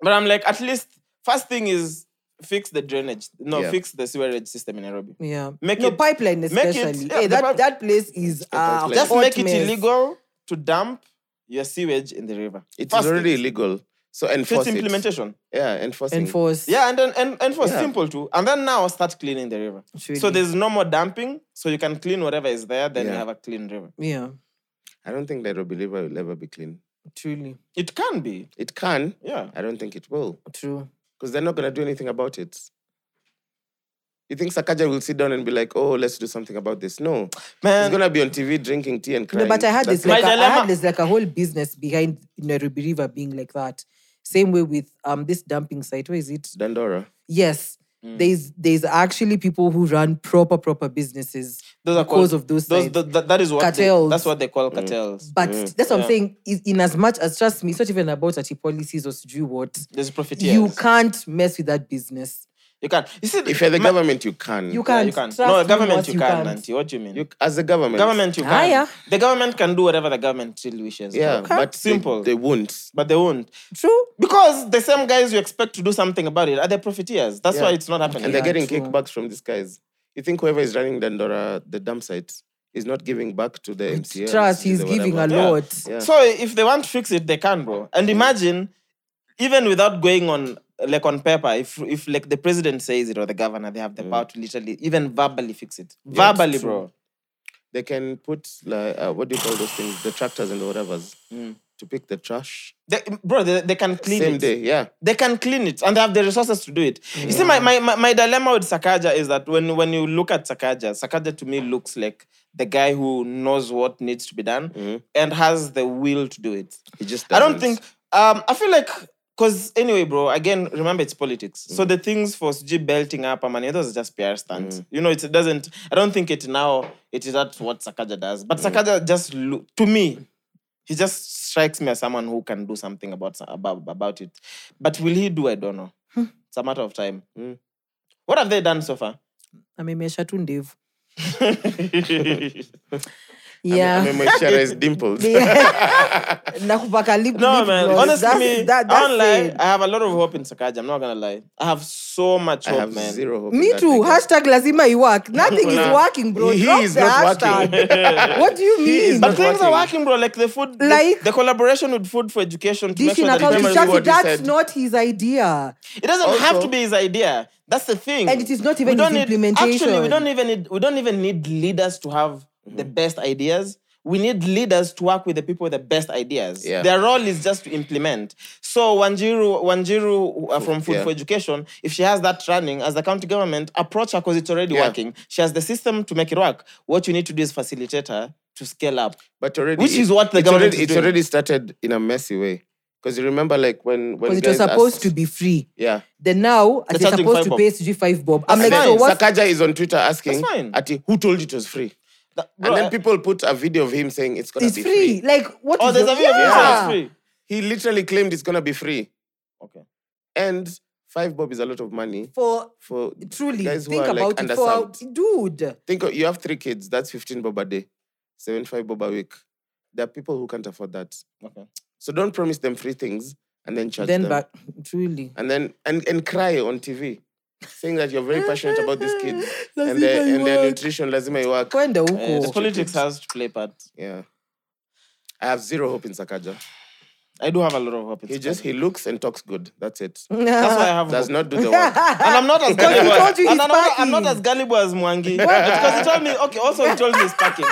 D: But I'm like, at least first thing is fix the drainage. No,
B: Yeah.
D: fix the sewerage system in Nairobi.
A: Yeah.
D: Make
A: no,
D: it-
A: pipeline
D: make it-
A: especially.
D: yeah,
A: hey,
D: the
A: that,
D: pipe-
A: that place is uh,
B: pipeline.
D: Just
A: hot
D: make it
A: mess.
D: illegal to dump your sewage in the river.
B: It's
D: First
B: already
D: thing.
B: illegal. So
D: It's
B: enforce it.
D: implementation.
B: Yeah, enforcing.
A: Enforce.
D: Yeah, and then and, and for
B: Yeah.
D: simple too. And then now start cleaning the river.
A: Truly.
D: So there's no more dumping. So you can clean whatever is there, then you
B: Yeah.
D: have a clean river.
A: Yeah.
B: I don't think Nairobi River will ever be clean.
A: Truly.
D: It can be.
B: It can.
D: Yeah.
B: I don't think it will.
A: True.
B: Because they're not going to do anything about it. You think Sakaja will sit down and be like, oh, let's do something about this? No. He's
D: Man,
B: going to be on TV drinking tea and
A: No,
B: crying.
A: but I had
B: That's-
A: this like a,
D: My
A: I
D: dilemma-
A: had this like a whole business behind Nairobi River being like that. Same way with um this dumping site. Where is it?
B: Dandora.
A: Yes.
D: Mm.
A: There's there's actually people who run proper proper businesses
D: those are
A: because
D: called,
A: of those
D: those
A: sites.
D: th- th- that is what They,
A: Cartels.
D: that's what they
B: Mm.
D: call cartels.
A: but that's what
D: yeah.
A: I'm saying. Is in as much as trust me, it's not even about ati policies or do what.
D: There's profiteers.
A: You can't mess with that business.
D: You can. You see,
B: If you're the
D: ma-
B: government, you can.
A: You
D: yeah,
A: can't.
D: you can.
A: Trust
D: No,
A: me,
D: government,
A: what
D: you, can,
A: can't.
D: Auntie. What do you mean?
B: You- as a government.
D: government, you can.
A: Ah, yeah.
D: The government can do whatever the government still wishes.
B: Yeah,
D: bro.
B: but they-
D: Simple.
B: They, won't.
D: but they won't.
A: True.
D: Because the same guys you expect to do something about it are the profiteers. That's
B: Yeah.
D: why it's not happening.
B: And they're
A: Yeah,
B: getting
A: true.
B: kickbacks from these guys. You think whoever is running Dandora, the dump site, is not giving back to the MCA?
A: Trust, he's giving a
D: Yeah.
A: lot.
B: Yeah.
D: So if they want to fix it, they can, bro. And imagine, even without going on like on paper, if if like the president says it or the governor, they have the power to literally even verbally fix it.
B: Mm. Yeah, it's
D: verbally,
B: true.
D: bro.
B: They can put, like, uh, what do you call those things? The tractors and the whatevers
D: Mm.
B: to pick the trash.
D: They, bro, they, they can clean
B: Same
D: it.
B: day, Mm. yeah.
D: They can clean it and they have the resources to do it. You see, my, my, my, my dilemma with Sakaja is that when, when you look at Sakaja, Sakaja to me looks like the guy who knows what needs to be done
B: Mm.
D: and has the will to do it.
B: He just
D: I don't
B: doesn't.
D: think. Um, I feel like because anyway, bro. Again, remember it's politics. So the things for SG belting up, I mean, those are just PR stunts. You know, it's, it doesn't. I don't think it now. It is that's what Sakaja does. But Sakaja just look to me. He just strikes me as someone who can do something about about, about it. But will he do? I don't know. It's a matter of time.
B: Hmm.
D: What have they done so far?
A: amemesha tu ndevu
B: I
A: yeah
B: mean, moisturized dimples.
A: na kupaka lip
D: No,
A: lip
D: man.
A: gloss.
D: Honestly,
A: That's-
D: me,
A: that-
D: I
A: that's
D: don't lie.
A: it.
D: I have a lot of hope in Sakaja. I'm not gonna lie. I have so much
B: I
D: hope,
B: have
D: man.
B: zero hope. in
A: me
B: that
A: too
B: nigga.
A: hashtag lazima i work nothing is
B: Nah.
A: working bro
B: He- he
A: Drop
B: is
A: the
B: not
A: hashtag.
B: working.
A: what do you
B: He is
A: mean
B: not
D: But things are working, bro. Like the food, the-
A: Like-
D: the, collaboration with Food for Education to make
A: Dish
D: sure
A: in
D: that
A: a coffee
B: remember
A: shop,
B: what he
A: that's
B: said.
A: not his idea
D: it doesn't have
B: Also-
D: to be his idea. That's the thing.
A: And it is not even
D: We don't
A: his
D: need- Actually, we
A: implementation.
D: don't even need, we don't even need leaders to have the
B: Mm-hmm.
D: best ideas. We need leaders to work with the people with the best ideas.
B: Yeah.
D: Their role is just to implement. So Wanjiru, Wanjiru uh, from Food
B: Yeah.
D: for Education, if she has that running as the county government, approach her because it's already
B: Yeah.
D: working. She has the system to make it work. What you need to do is facilitate her to scale up.
B: But already,
D: Which
B: it-
D: is what the
B: it's
D: government
B: already,
D: is
B: It's
D: doing.
B: already started in a messy way. Because you remember, like when when
A: because it was
B: guys
A: supposed
B: asked-
A: to be free
B: yeah.
A: then now it's
D: charging
A: supposed
D: five
A: to
D: bob.
A: pay sg 5 bob i'm like
B: And
A: so
B: then
A: what
B: Sakaja is on Twitter asking,
D: That's fine.
B: Ati, who told you it was free?
D: That-
B: And
D: bro,
B: then people put a video of him saying it's gonna
A: it's
B: be
A: free like what
D: Oh,
A: is
D: there's
A: your-
D: a video
A: Yeah.
D: of him saying it's free.
B: He literally claimed it's gonna be free,
D: Okay.
B: and five bob is a lot of money
A: for
B: for
A: truly
B: guys who
A: think
B: are
A: about
B: like
A: it for
B: underserved.
A: dude
B: Think of, you have three kids, that's fifteen bob a day, seven five bob a week. There are people who can't afford that,
D: Okay.
B: so don't promise them free things and then charge
A: then
B: them.
A: but truly
B: and then and, and cry on TV, saying that you're very passionate about these kids and their
A: Lazima
B: and their
A: iwork.
B: nutrition. Lazima you work.
A: kwenda
D: Eh, the
A: huko
D: politics has to play part.
B: Yeah, I have zero hope in Sakaja.
D: I do have a lot of hope. in
B: He just
D: Sakaja.
B: he looks and talks good. That's it.
D: That's why I
A: Mm.
D: have
B: Does
D: hope.
B: not do the work.
D: And I'm not as
A: Because he
D: gullible.
A: told you
D: and
A: he's
D: I'm, not, I'm
A: packing.
D: not as gullible as Mwangi. because he told me, okay, also he told me he's packing.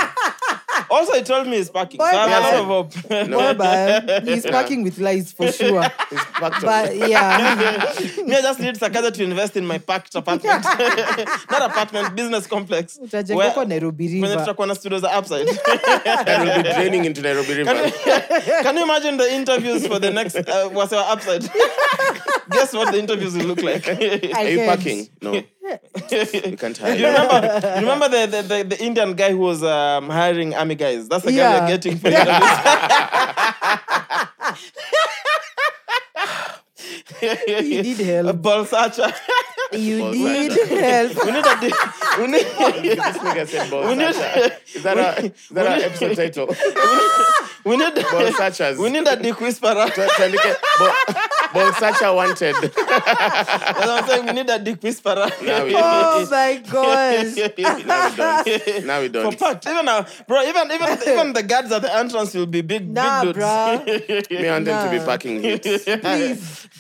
D: Also, he told me he's parking. So I have a lot of hope.
A: Bye bye. He's packing with lies for sure.
B: It's packed up.
A: But yeah,
D: me, I just need Sakaza to invest in my packed apartment. Not apartment, business complex.
A: utajengwa kwa Nairobi
D: Kwenye
A: River.
D: tutakuwa na studios are upside.
B: That will be draining into Nairobi River.
D: Can you imagine the interviews for the next uh, was our upside? Guess what the interviews will look like.
A: I
B: Are you
A: can't.
B: packing? No, we can't hire.
D: you remember, you remember the, the, the, the Indian guy who was um, hiring army guys? That's the guy
A: Yeah.
D: we're getting for interviews.
A: You need help.
D: Balsacha.
A: You
B: Well,
A: need
D: we
A: help.
D: need a di- we need,
B: This nigga said
D: we need,
B: Bolsacha. Is that our, is that our episode title?
D: we need,
B: Bolsachas.
D: we need a dick whisperer.
B: Tuandike Bol- Bolsacha wanted.
D: That's what I'm saying. We need a dick whisperer.
B: Now we-
A: Oh my gosh.
B: Now we don't. Now we
D: For
B: don't.
D: part, even now, bro, even even even the guards at the entrance will be big,
A: Nah,
D: big dudes.
A: bruh.
B: Me want them to be
A: Nah.
B: packing heat.
A: Please.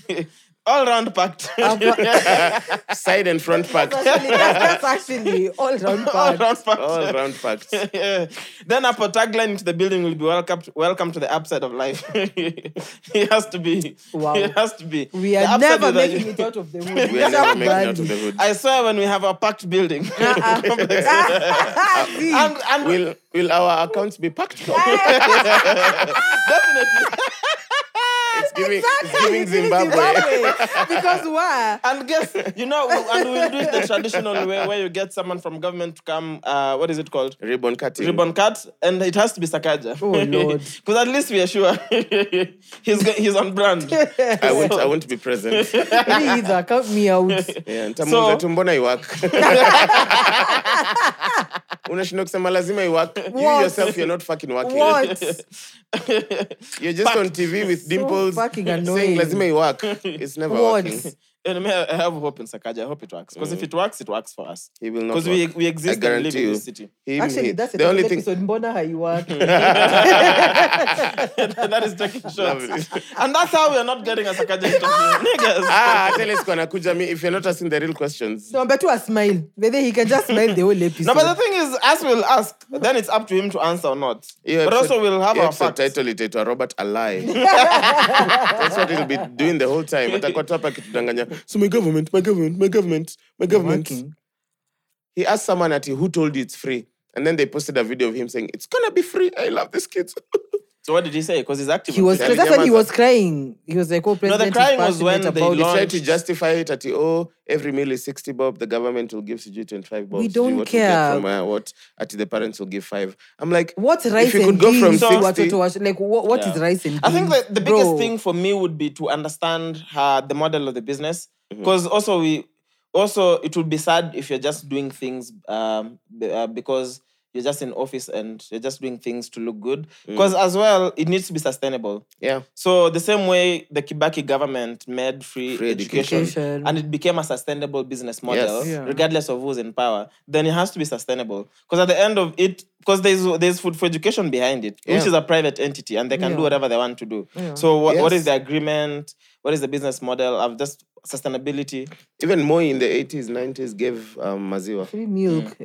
D: All round packed.
A: I've got-
B: Side and front packed.
A: Actually, that's, that's actually all round
D: All
A: bad.
D: round packed.
B: All round packed.
D: Yeah. Then upper tagline to the building will be welcome to, welcome to the upside of life. it has to be.
A: Wow.
D: It has to be.
A: We
D: The
A: are
D: upside
A: never
D: is that
A: making
D: you-
A: it out of the hood.
B: We are never making it out of the hood.
D: I swear when we have a packed building.
A: Ah,
D: Complex. and and
B: Will will our accounts be packed? No.
D: definitely.
B: It's giving,
A: Exactly.
B: it's giving
A: It's giving
B: Zimbabwe.
A: Zimbabwe. because why?
D: And guess, you know, and we'll do it the traditional way where you get someone from government to come, uh, what is it called?
B: Ribbon cutting.
D: Ribbon cut, and it has to be Sakaja.
A: Oh, Lord.
D: Because at least we are sure he's, go- he's on brand.
B: I won't, I won't be present.
A: Me either. uh, Count me out.
B: Yeah,
D: So-
B: nitamuuza tu mbona iwak unashinda kusema lazima iwak you
A: What?
B: yourself you're not fucking working
A: What?
B: you're just on tv with dimples
A: fucking
B: saying
A: annoying.
B: lazima iwak it's never
A: What?
B: working
D: And may I I have hope in Sakaja. I hope it works. Because if
B: Mm.
D: it works, it works for us.
B: It will not
D: Because we,
B: work.
D: we
B: I
D: exist and live
B: guarantee
D: in
B: you
D: this city.
B: Him,
A: Actually,
B: he-
A: that's the,
B: the only thing Hmm.
A: episode. Mbona haiwaki?
D: that is taking shots.
B: Lovely.
D: and that's how we are not getting a Sakaja interview. Niggas.
B: ah tell us kwanakuja me if you're not asking the real questions
A: No, but to a smile. Whether he can just smile the whole episode.
D: No, but the thing is, as we'll ask, then it's up to him to answer or not.
B: Your
D: but
B: episode-
D: also, we'll have
B: your
D: our
B: episode
D: facts.
B: title itaitwa robert alive that's what it'll be doing the whole time atakuwa tu hapa akitudanganya so my government my government my government my government
A: Working.
B: he asked someone at who told you it's free and then they posted a video of him saying it's gonna be free i love these kids
D: So what did he say? Because he's active.
A: He was
B: Yeah,
A: that's when he
B: Jama's-
A: was crying. He was like, "Oh,
D: the
A: president is
D: crying was when
A: passionate
D: they
A: about it."
D: launched-
B: tried to justify it at oh every meal is 60 bob the government will give you 25 bob
A: We don't
B: what you get
A: care.
B: from, uh, what at the parents will give five i'm like
A: What rice
B: if you could
A: and
B: go
A: beans?
B: from
A: to
B: 60
A: watoto wash- like, what, what is
D: Yeah.
A: rice and beans?
D: I think that the biggest
A: bro?
D: thing for me would be to understand uh, the model of the business. Because also we also it would be sad if you're just doing things um, be- uh, because you're just in office and you're just doing things to look good. Because as well, it needs to be sustainable.
B: yeah
D: So the same way the Kibaki government made free,
B: Free
D: education,
A: education.
D: and it became a sustainable business model,
B: Yes.
A: Yeah.
D: regardless of who's in power, then it has to be sustainable. Because at the end of it, because there's there's food for education behind it, which
B: Yeah.
D: is a private entity, and they can do
A: Yeah.
D: whatever they want to do. So what, what
B: Yes.
D: is the agreement? What is the business model? I've just sustainability.
B: even more in the 80s 90s gave um, maziwa
A: free milk.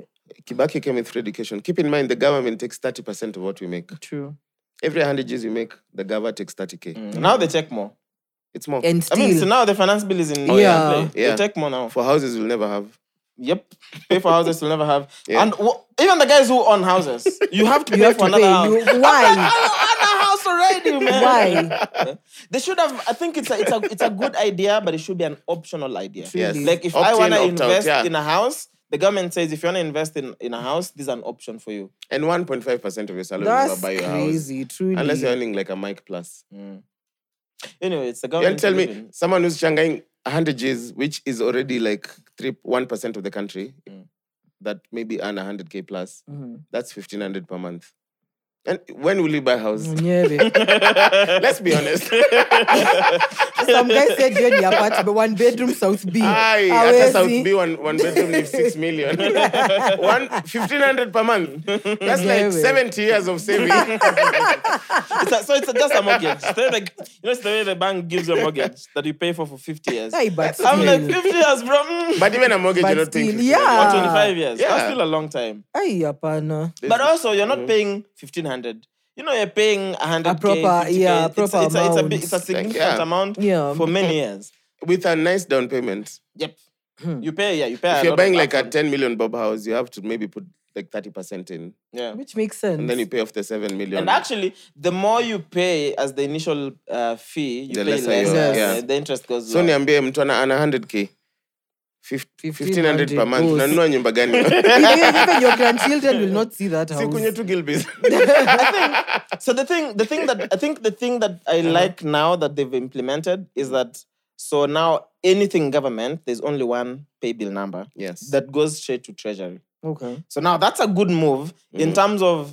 B: kibaki came with free education keep in mind the government takes 30% of what we make
A: True.
B: every 100 g's you make the government takes 30k
D: Now they check more.
B: it's more
A: And
D: I
A: still,
D: mean, so now the finance bill is in.
A: Oh, yeah.
D: play.
B: Yeah.
D: They take more now.
B: for houses we'll never have
D: Yep. Pay for houses you'll never have.
B: Yeah.
D: And w- even the guys who own houses, you have to
A: you
D: pay
A: have
D: for
A: to
D: another house.
A: pay. You, why?
D: I own a house already, man.
A: why?
D: They should have. I think it's a, it's a it's a good idea, but it should be an optional idea.
B: Yes.
D: Like if I
B: Opt-in,
D: want to
B: opt-out,
D: invest
B: yeah.
D: in a house, the government says if you want to invest in, in a house, this is an option for you.
B: and 1.5% of your salary will
A: That's
B: buy your house
A: crazy. Truly.
B: unless you're earning like a mic plus
D: Anyway, it's the
B: You don't
D: government.
B: tell
D: we
B: me
D: live
B: someone who's shanghaiing 100 G's, which is already like three, 1% of the
D: Mm.
B: country, that maybe earn 100K plus,
A: Mhm.
B: that's 1500 per month. And when will you buy a house?
A: Mm. Mwenyewe.
B: Let's be honest.
A: Some guy said you ni apartment one bedroom South B.
B: Aye,
A: Hawezi.
B: hata South B one, one bedroom ni 6 million. one, 1500 per month. That's like
A: Mwenyewe.
B: 70 years of saving.
D: It's a- so it's a- just a mortgage. It's the way the- you know, it's the way the bank gives you a mortgage that you pay for for 50 years.
A: Aye, but
D: I'm like
A: still.
D: 50 years, bro. Mm.
B: But even a mortgage,
A: But
B: you're not paying
A: still,
B: 15 million.
A: yeah.
D: Or 25 years.
B: Yeah.
D: That's still a long time.
A: Ai, hapana.
D: But also, you're not paying 1500 You know, you're paying 100
A: proper- yeah, proper
D: it's, a- it's, a,
A: amount.
D: big- it's a significant
B: yeah.
D: amount
A: Yeah.
D: for many years.
B: With a nice down payment.
D: Yep.
A: Hmm.
D: You pay, yeah, you pay.
B: If
D: a
B: you're
D: lot
B: buying
D: of
B: like a 10
D: upfront.
B: million Bob house, you have to maybe put like 30% in.
D: Yeah.
A: Which makes sense.
B: And then you pay off the 7 million.
D: And actually, the more you pay as the initial uh, fee, you
B: The
D: pay
B: lesser
D: less.
B: you-
A: Yes.
B: yeah.
D: The interest goes
B: so
D: low.
B: niambie mtu ana ana 100k Fif- 1500 per month
A: goes.
B: nanunua nyumba gani
A: even, even your grandchildren will not see that house.
B: sikunye tu gilbis
D: So the thing, the thing that I think the thing that I
B: Uh-huh.
D: like now that they've implemented is that so now anything government, there's only one pay bill number
B: yes
D: that goes straight to treasury.
A: Okay.
D: So now that's a good move in terms of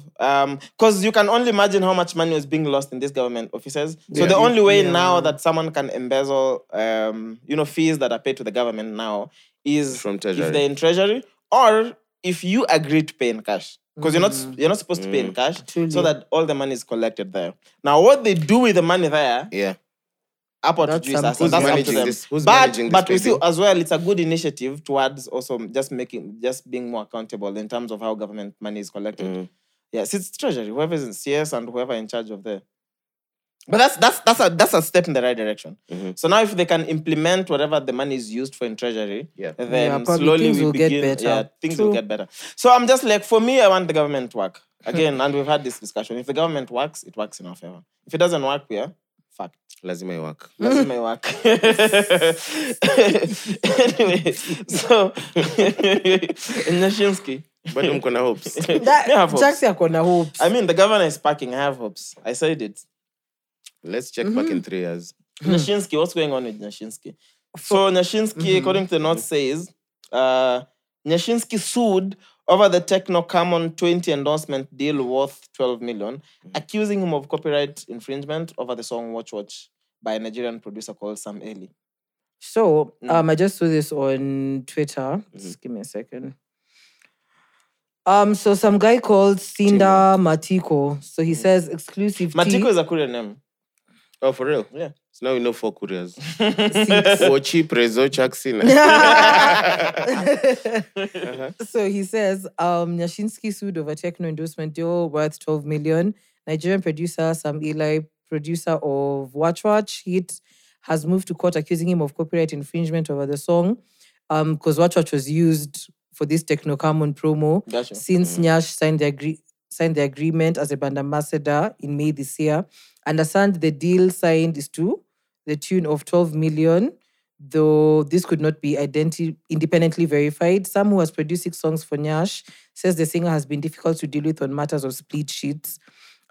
D: because you can only imagine how much money was being lost in these government offices. So
B: Yeah.
D: the only way
A: Yeah.
D: now that someone can embezzle, um, you know, fees that are paid to the government now is
B: From
D: if
B: Treasury.
D: they're in treasury or if you agree to pay in cash because you're not you're not supposed to pay in cash
A: Truly.
D: so that all the money is collected there. Now what they do with the money there
B: yeah
D: up or to
A: That's
D: Jesus.
A: something.
D: That's up to
B: managing
D: them.
B: this? Who's
D: but
B: managing this
D: but we see
B: baby?
D: as well, it's a good initiative towards also just making just being more accountable in terms of how government money is collected.
B: Mm.
D: Yes, it's treasury, whoever's in CS and whoever in charge of the. But that's that's that's a that's a step in the right direction.
B: Mhm.
D: So now if they can implement whatever the money is used for in treasury,
B: Yeah.
A: Yeah,
D: then
A: probably
D: slowly
A: things
D: we
A: will get
D: begin-
A: better.
D: Yeah, things will
A: True.
D: get better. So I'm just like, for me, I want the government to work. Again, and we've had this discussion. If the government works, it works in our favor. If it doesn't work, we are fucked
B: lazima iwak
D: that's my work. anyway, so Nyashinsky.
B: bado mko na hopes
A: That,
D: Me have hopes.
A: Jackson akona hopes.
D: I mean, the governor is packing. I have hopes. I said it.
B: let's check back
A: Mm-hmm.
B: in three years
D: Nyashinsky, what's going on with Nyashinsky? So Nyashinsky, according to the note, says uh, Nyashinsky sued over the Technocammon 20 endorsement deal worth 12 million, accusing him of copyright infringement over the song Watch Watch by a Nigerian producer called Sam Eli.
A: So um, I just saw this on Twitter. Just give me a second. Um, so some guy called Sinda Matiko. So he says exclusive.
D: Matiko is a Korean name.
B: oh for real
D: Yeah.
B: so now we know four couriers
A: is
B: wochi prezo chaksina
A: So he says, um, Nyashinsky sued over techno endorsement deal worth 12 million. Nigerian producer Sam Eli, producer of Watch Watch Hit, has moved to court accusing him of copyright infringement over the song because Watch Watch was used for this Techno Common promo
D: Gotcha.
A: since Nyash signed the, agree- signed the agreement as a brand ambassador in May this year. Understand the deal signed is to the tune of 12 million, though this could not be identi- independently verified. Sam, who has produced six songs for Nyash, says the singer has been difficult to deal with on matters of split sheets.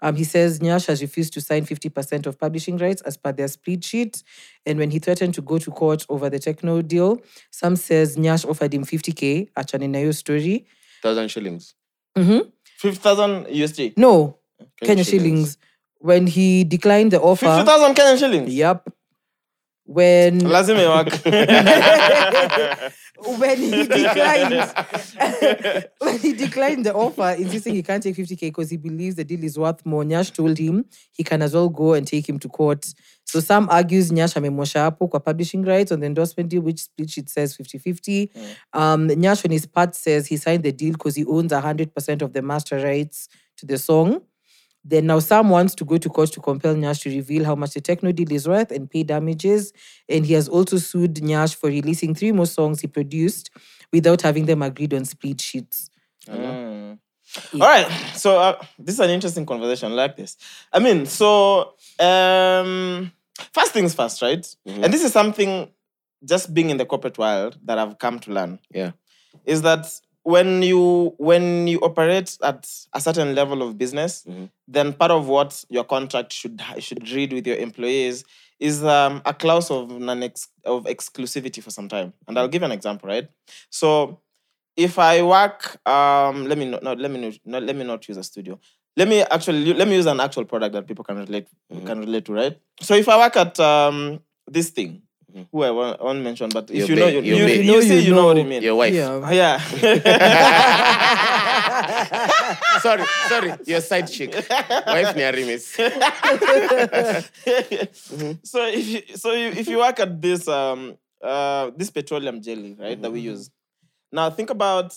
A: Um, he says Nyash has refused to sign 50% of publishing rights as per their split sheet. And when he threatened to go to court over the techno deal, Sam says Nyash offered him 50K, actually, Nayo story.
B: thousand shillings
D: Fifty thousand USD.
A: No, Kenya
B: Kenya
A: shillings. When he declined the offer.
D: Fifty thousand Kenyan shillings.
A: Yep. When
D: Lazima iwak.
A: when he declined when he declined the offer, insisting he can't take 50k because he believes the deal is worth more. Nyash told him he can as well go and take him to court. So Sam argues Nyash amemwasha hapo kwa publishing rights on the endorsement deal, which split sheet says 50-50. Um, Nyash on his part says he signed the deal because he owns 100% of the master rights to the song. Then now Sam wants to go to court to compel Nyash to reveal how much the techno deal is worth and pay damages. And he has also sued Nyash for releasing three more songs he produced without having them agreed on split sheets.
D: All right. So uh, this is an interesting conversation I like this. I mean, so um, first things first, right? And this is something just being in the corporate world that I've come to learn
B: yeah
D: is that when you when you operate at a certain level of business, then part of what your contract should ha- should read with your employees is um, a clause of non of exclusivity for some time. And I'll give an example, right? So if I work, um, let me not, no, let me not, no, let me not use a studio. let me actually let me use an actual product that people can relate
B: Mm-hmm.
D: can relate to, right? So if I work at um this thing, who I won't, I won't mention, but if
B: Mm-hmm. Your
D: you know,
B: bae,
D: you,
B: your
D: you,
B: bae.
D: you,
A: You
D: see,
A: know,
D: you
A: you
D: know what I
A: know.
D: mean.
B: Your wife.
A: Yeah.
D: Oh, yeah.
B: sorry, sorry, your side chick. wife ni Arimis.
D: so if you, so you, if you work at this um uh this petroleum jelly right that we use now think about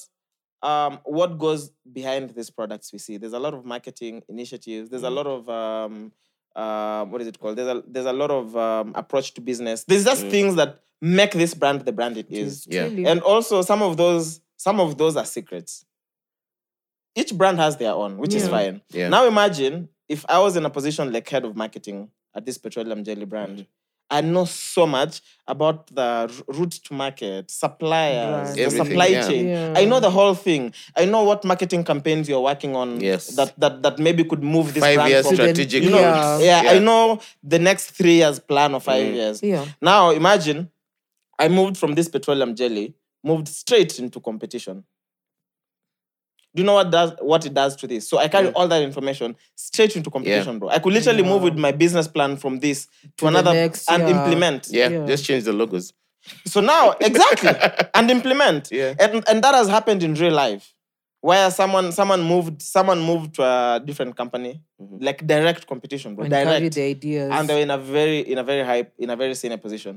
D: um what goes behind these products we see there's a lot of marketing initiatives there's a lot of um uh, what is it called there's a there's a lot of um, approach to business there's just things that make this brand the brand it is
B: Yeah.
A: Really?
D: and also some of those some of those are secrets each brand has their own which is
A: Yeah.
D: fine
B: Yeah.
D: now imagine if i was in a position like head of marketing at this petroleum jelly brand
B: Mm.
D: i know so much about the r- route to market suppliers
A: Right.
D: the
B: Everything,
D: supply
B: yeah.
D: chain
A: Yeah.
D: i know the whole thing i know what marketing campaigns you're working on
B: Yes.
D: that, that that maybe could move this
B: Five
D: brand
B: years
D: from
A: then-
B: strategic.
A: you know,
B: goals.
D: yeah, I
B: Yeah.
D: know the next three years plan or
B: Mm.
D: five years.
A: Yeah.
D: Now imagine I moved from this petroleum jelly, moved straight into competition. Do you know what does what it does to this? So I carry all that information straight into competition, bro. I could literally move with my business plan from this to,
A: the
D: another
A: next,
D: and
A: yeah.
D: implement.
B: Yeah,
A: Yeah.
B: just change the logos.
D: So now, exactly, and implement.
B: Yeah.
D: And and that has happened in real life, where someone someone moved someone moved to a different company, like direct competition, bro.
A: Mm-hmm. And carry
D: direct
A: the ideas.
D: and they were in a very in a very high in a very senior position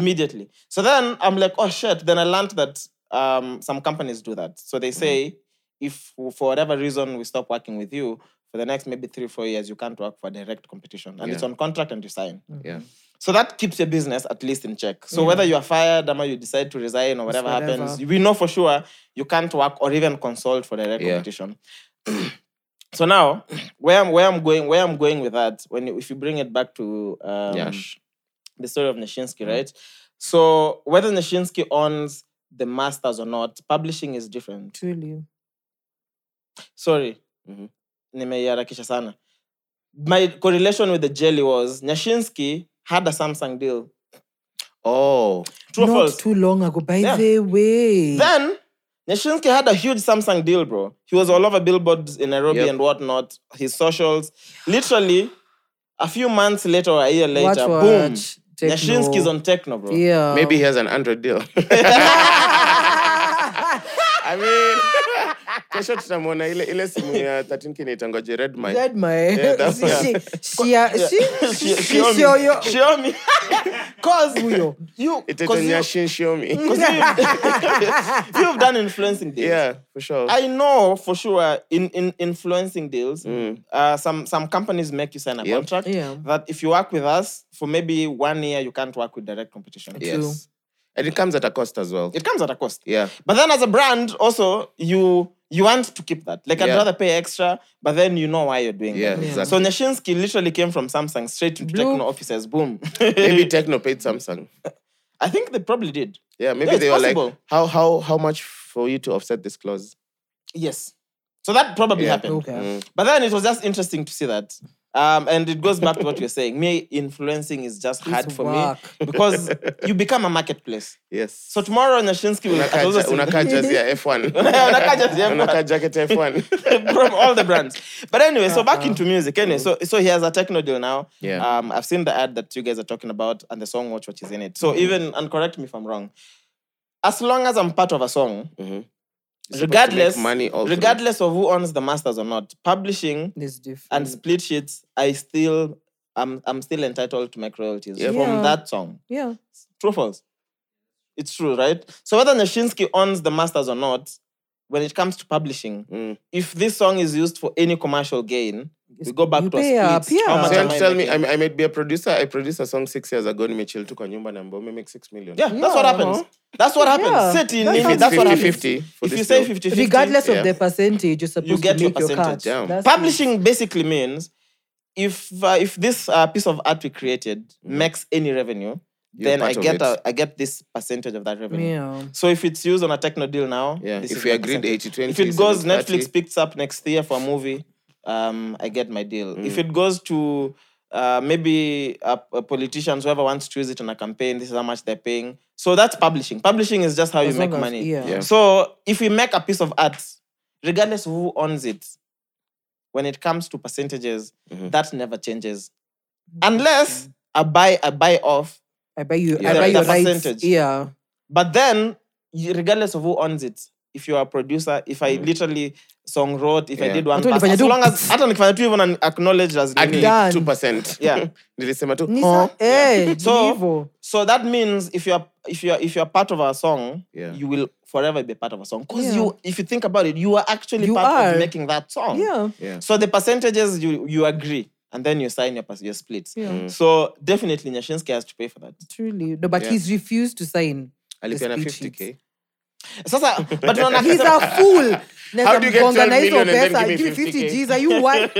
D: immediately so then i'm like oh shit then i learned that um, some companies do that so they say if for whatever reason we stop working with you for the next maybe three four years you can't work for direct competition and it's
B: Yeah.
D: on contract and you sign
B: Yeah.
D: so that keeps your business at least in check so whether you are fired or you decide to resign or whatever,
A: whatever.
D: happens we know for sure you can't work or even consult for direct
B: Yeah.
D: competition so now where I'm where I'm going where I'm going with that when you- if you bring it back to um,
B: Nyash.
D: the story of Nishinsky, right? So whether Nishinsky owns the masters or not, publishing is different.
A: Truly.
D: Sorry,
B: Mhm.
D: nimeharakisha sana. My correlation with the jelly was Nishinsky had a Samsung deal.
B: Oh.
D: True or
A: Not
D: false?
A: too long ago, by
D: Yeah.
A: the way.
D: Then Neshinsky had a huge Samsung deal, bro. He was all over billboards in Nairobi
B: Yep.
D: and whatnot, his socials. Literally, a few months later or a year
A: Watch,
D: later, boom.
A: watch. Techno.
D: Neshinsky's on techno, bro.
A: Yeah.
D: Um,
B: Maybe he has an Android deal. I mean, kesho tutamwona ile ile simu ya 13 kinaitangoje Redmine.
A: That my
B: that
A: she,
B: one.
A: she, she, yeah. she, she, she,
D: Xiaomi.
A: yo-
D: Xiaomi. Cause
A: Huyo.
D: you,
B: Itaitwa
D: cause you,
B: Nyashin Xiaomi.
D: you've done influencing deals.
B: Yeah, for sure.
D: I know for sure uh, in, in influencing deals,
B: Mm.
D: uh, some some companies make you sign a
B: Yep.
D: contract
A: Yeah.
D: that if you work with us for maybe one year, you can't work with direct competition.
A: True.
B: Yes. And it comes at a cost as well.
D: It comes at a cost.
B: Yeah.
D: But then as a brand, also you you want to keep that. Like I'd
B: Yeah.
D: rather pay extra, but then you know why you're doing
B: Yeah,
D: that.
A: Yeah.
B: exactly.
D: So Neshinsky literally came from Samsung straight to
A: Bloop.
D: techno offices. Boom.
B: maybe Techno paid Samsung.
D: I think they probably did.
B: Yeah, maybe
D: it's
B: they were like,
D: possible.
B: how how how much for you to offset this clause?
D: Yes. So that probably
B: Yeah.
D: happened.
A: Okay.
D: But then it was just interesting to see that. Um, and it goes back to what you're saying. Me influencing is just hard for
A: work.
D: me because you become a marketplace.
B: Yes.
D: So tomorrow Nashinsky will
B: Unakaa
D: also
B: ja-
D: see-
B: unakaa jazi ya F1.
D: Unakaa jazi ya F1.
B: Unakaa jacket F1.
D: from all the brands. But anyway, so
A: Uh-huh.
D: back into music. Anyway, so so he has a techno deal now.
B: Yeah.
D: Um, I've seen the ad that you guys are talking about and the song Watch What Is in It.
B: Mm-hmm.
D: So even and correct me if I'm wrong. As long as I'm part of a song,
B: Mhm. You're supposed to make
D: regardless
B: money all through.
D: regardless of who owns the masters or not, publishing
A: This different.
B: Mm-hmm.
D: and split sheets, I still I'm I'm still entitled to my royalties
B: Yeah.
D: from
A: Yeah.
D: that song.
A: yeah.
D: True or false? It's true, right? So whether Nashinsky owns the masters or not, when it comes to publishing,
B: Mm.
D: if this song is used for any commercial gain, we
A: It's-
D: go back
A: you
D: to a
A: pay
D: split.
A: up,
D: How
A: yeah.
D: much
B: So you
D: am
B: want to
D: I
B: tell me
D: making?
B: I, I might be a producer. I produced a song six years ago. Nimechil tu kwa nyumba na mbome make six million.
D: yeah, that's what
A: Yeah,
D: happens.
A: uh-huh.
D: That's what happens.
A: Yeah,
D: City,
A: that's
D: Nimi,
A: what
D: that's what
A: happens.
D: happens.
B: 50-50 for
D: if you
B: this
D: say
B: deal.
D: 50 50,
A: Regardless
B: yeah.
A: of the percentage, you're supposed
D: get
A: to
D: your
A: make your,
D: percentage,
A: cut.
B: yeah.
A: That's
D: publishing basically means if uh, if this uh, piece of art we created makes any revenue,
B: You're
D: then I
B: part of
D: get
B: it.
D: a, I get this percentage of that
A: it.
D: revenue.
A: Yeah.
D: So if it's used on a techno deal now,
B: Yeah,
D: this
B: if
D: is
B: we
D: my
B: agreed
D: percentage.
B: 80-20,
D: If it goes,
B: 70-30.
D: Netflix picks up next year for a movie, um, I get my deal. If it goes to uh, maybe a, a politicians, whoever wants to use it on a campaign, this is how much they're paying. So that's publishing. Publishing is just how
A: As
D: you make
A: long as-
D: money.
A: yeah.
B: Yeah.
D: So if we make a piece of art, regardless of who owns it, when it comes to percentages, that never changes. Unless I buy a buy off,
A: I buy you. I
D: Yeah,
A: buy
D: the
A: your rights.
D: percentage.
A: Yeah.
D: but then you- regardless of who owns it, if you're a producer, if I literally song wrote, if
B: Mm.
D: I
B: Yeah.
D: did one
A: Hata
D: pass,
A: unifanye
D: as
A: tu-
D: long as hata nikifanya tu hivyo na acknowledge as nini.
A: Done.
B: Actually, two percent.
D: Yeah.
B: Nilisema tu.
A: Ni
B: huh?
A: sa- eh,
D: So-
A: ndivyo.
D: So that means if you're if you're if you're part of our song,
B: Yeah.
D: you will forever be part of a song. Because
A: Yeah.
D: you if you think about it, you are actually
A: You
D: part
A: are.
D: of making that song.
A: Yeah.
B: Yeah.
D: So the percentages you you agree and then you sign your pers- your splits.
B: Mm.
A: Yeah.
D: So definitely Nyashinsky has to pay for that.
A: Truly. No, but
B: Yeah.
A: he's refused to sign.
B: Alipia na
A: speed
B: 50k.
D: Sasa but unaona
A: He's a fool.
B: How do you get 12
A: Mgonga na hizo
B: million and then
A: pesa,
B: give me
A: give me 50
B: 50K?
A: G's. Are you what?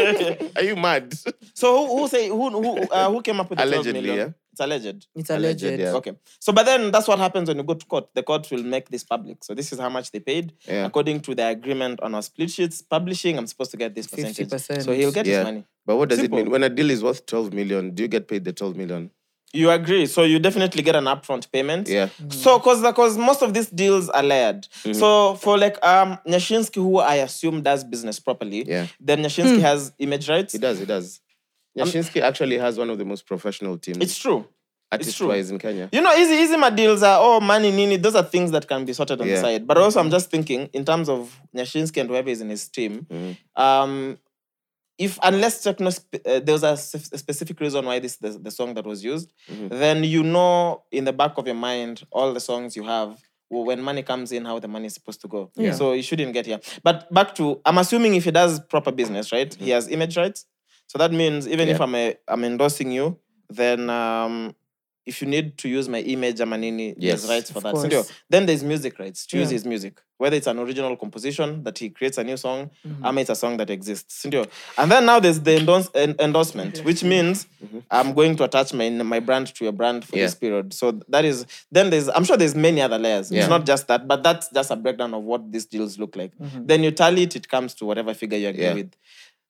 B: Are you mad?
D: so who, who say who who uh, who came up with the 12
B: Allegedly,
D: million?
B: yeah.
D: It's alleged.
A: It's
B: Alleged,
A: alleged.
B: yeah.
D: Okay. So but then that's what happens when you go to court. The court will make this public. So this is how much they paid
B: Yeah.
D: according to their agreement on our split sheets publishing. I'm supposed to get this percentage.
A: 50%.
D: So he'll get
B: Yeah.
D: his money.
B: But what does
D: Simple.
B: it mean when a deal is worth 12 million? Do you get paid the 12 million?
D: You agree. So you definitely get an upfront payment.
B: Yeah. Mm-hmm.
D: So, cause, cause most of these deals are layered. So, for like um Nyashinsky, who I assume does business properly,
B: Yeah.
D: then Nyashinsky has image rights.
B: He does. He does. Yashinsky actually has one of the most professional teams
D: It's true.
B: artist
D: true.
B: wise in Kenya.
D: You know, easy, easy. My deals are oh money, nini. Those are things that can be sorted on the
B: Yeah. Mm-hmm.
D: side. But also, I'm just thinking in terms of Nyashinsky and whoever is in his team.
B: Mm.
D: Um, if unless techno sp- uh, there was a, sp- a specific reason why this the, the song that was used,
B: Mm-hmm.
D: then you know in the back of your mind all the songs you have. w- When money comes in, how the money is supposed to go.
A: Yeah.
D: So you shouldn't get here. But back to, I'm assuming if he does proper business, right? He has image rights. So that means even if
B: Mm-hmm. Yeah.
D: I'm a, I'm endorsing you, then um, if you need to use my image, Amanini,
B: Yes.
D: there's rights for
A: Of
D: that. Sindio?
A: course.
D: Then there's music rights to use
A: Yeah.
D: his music, whether it's an original composition that he creates a new song, ama it's a song that exists. Sindio? And then now there's the endorse, en- endorsement, which means I'm going to attach my my brand to your brand for
B: Yeah.
D: this period. So that is then there's I'm sure there's many other layers.
B: Yeah.
D: It's not just that, but that's just a breakdown of what these deals look like. Then you tally it, it comes to whatever figure you agree
B: Yeah.
D: with.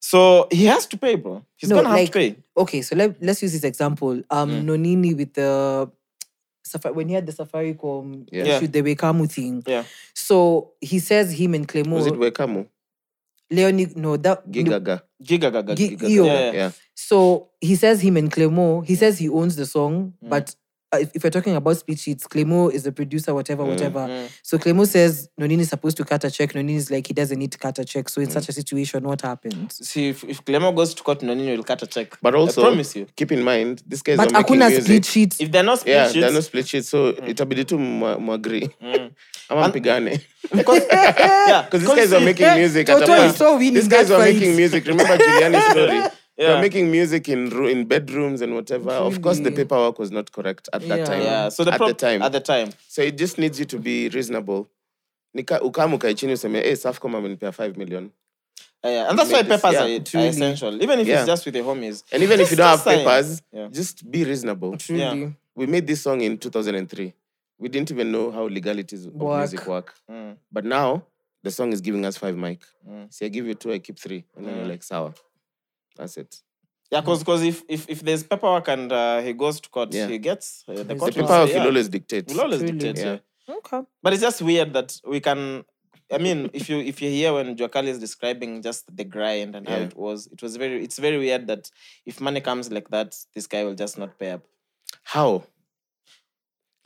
D: So he has to pay, bro. He's
A: No,
D: gonna have
A: like-
D: to pay.
A: okay, so let, let's use this example. Um, Nonini with the Safa- when he had the Safaricom
B: Yeah.
A: issue, the Wekamu thing.
D: Yeah.
A: So he says him and
B: Was it
A: Clemo,
B: Wekamu?
A: Leonie, no, that
B: Gigaga.
D: Giga gaga
A: Gi-
D: giga. gaga.
A: yo.
D: Yeah, yeah.
B: Yeah.
A: So he says him and Clemo, he says he owns the song,
B: Mm.
A: but uh, if, if we're talking about speech sheets, Clemo is the producer, whatever,
B: Mm-hmm.
A: whatever.
D: Mm.
A: So Clemo says Nonini is supposed to cut a check. Nonini is like, he doesn't need to cut a check. So
B: Mm.
A: in such a situation, what happens?
D: See if, if Clemo goes to court, Nonini will cut a check.
B: But also,
D: I promise you.
B: keep in mind, these guys
A: But
B: are making
A: Akuna
B: music.
A: split sheet.
D: If they're not split
B: Yeah, they're
D: sheets, Mm.
B: no split sheet, so itabidi tu mwa- muagree. Ama
D: And-
B: mpigane.
D: yeah,
B: Because these guys are making music. at a
A: Toto
B: point.
A: Eh, is so winning
B: these guys
A: that
B: were
A: fight.
B: making music. Remember Giuliani's story? They
D: Yeah.
B: were making music in ru- in bedrooms and whatever. Of course, the
A: Really?
B: paperwork was not correct at that
A: Yeah.
B: time.
D: Yeah, so the
B: at
D: prob-
B: the time.
D: at the time,
B: so it just needs you to be reasonable. Nika, ukamu kai chini useme, hey, Safcom amenipea 5 million.
D: Uh, yeah, and that's why
B: Make this-
D: papers
B: yeah,
D: are, are essential, even if
B: Yeah.
D: it's just with your homies.
B: And even if you don't have
D: Just sign.
B: papers,
D: Yeah.
B: just be reasonable.
A: Truly.
D: Yeah.
B: We made this song in 2003. We didn't even know how legalities of
A: Work.
B: music work.
D: Mm.
B: But now, the song is giving us five mic. So I give you two, I keep three. And
D: Mm.
B: then you're like, sour. That's it.
D: Yeah, because if, if if there's paperwork and uh, he goes to court,
B: Mm. Yeah.
D: he gets uh, the
A: The
D: court.
B: The
D: will
B: paperwork
D: say,
B: will
D: yeah,
B: always dictate.
D: will always
A: Truly.
D: dictate.
B: Yeah.
D: Yeah.
A: Okay.
D: but it's just weird that we can. I mean, if you if you hear when Joakali is describing just the grind and how
B: Yeah.
D: it was, it was very it's very weird that if money comes like that, this guy will just not pay up.
B: How?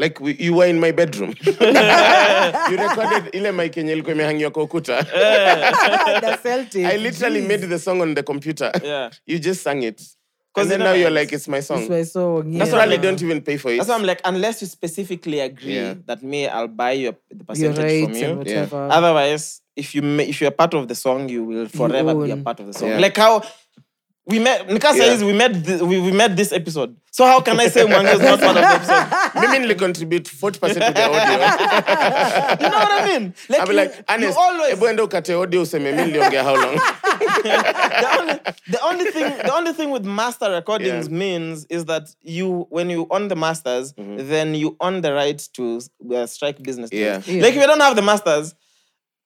B: Like we, you were in my bedroom. you recorded ile mic yenye ilikuwa imehangiwa kwa ukuta.
D: Eh,
A: the Celtic.
B: I literally made the song on the computer.
D: Yeah.
B: You just sang it.
D: 'Cause
B: Because
D: you
B: then
D: know-
B: now you're like, it's my song.
A: That's my song. Yeah.
D: That's
B: That's
D: what
B: why
D: I'm
B: they
D: like-
B: don't even pay for it.
D: That's why I'm like, unless you specifically agree
B: Yeah.
D: that me, I'll buy you the
A: Your
D: percentage from
A: rights
D: you.
A: and
B: Yeah.
A: whatever.
D: Otherwise, if you ma- if you're part of the song, you will forever be a
A: own.
D: part of the song.
B: Yeah.
D: Like how we met. Nikasa
B: Yeah.
D: says we met. This, we, we met this episode. So how can I say Mwanga is not part of the episode?
B: Mimi nili contribute 40% to the audio.
D: You know what I mean? Like,
B: I'll be
D: you-
B: like,
D: you
B: honest,
D: always.
B: ebu enda ukate audio useme mi niliongea how long.
D: the only the only thing the only thing with master recordings
B: Yeah.
D: means is that you when you own the masters,
B: Mm-hmm.
D: then you own the right to uh, strike business deals.
B: Yeah.
A: Yeah.
D: Like if you don't have the masters,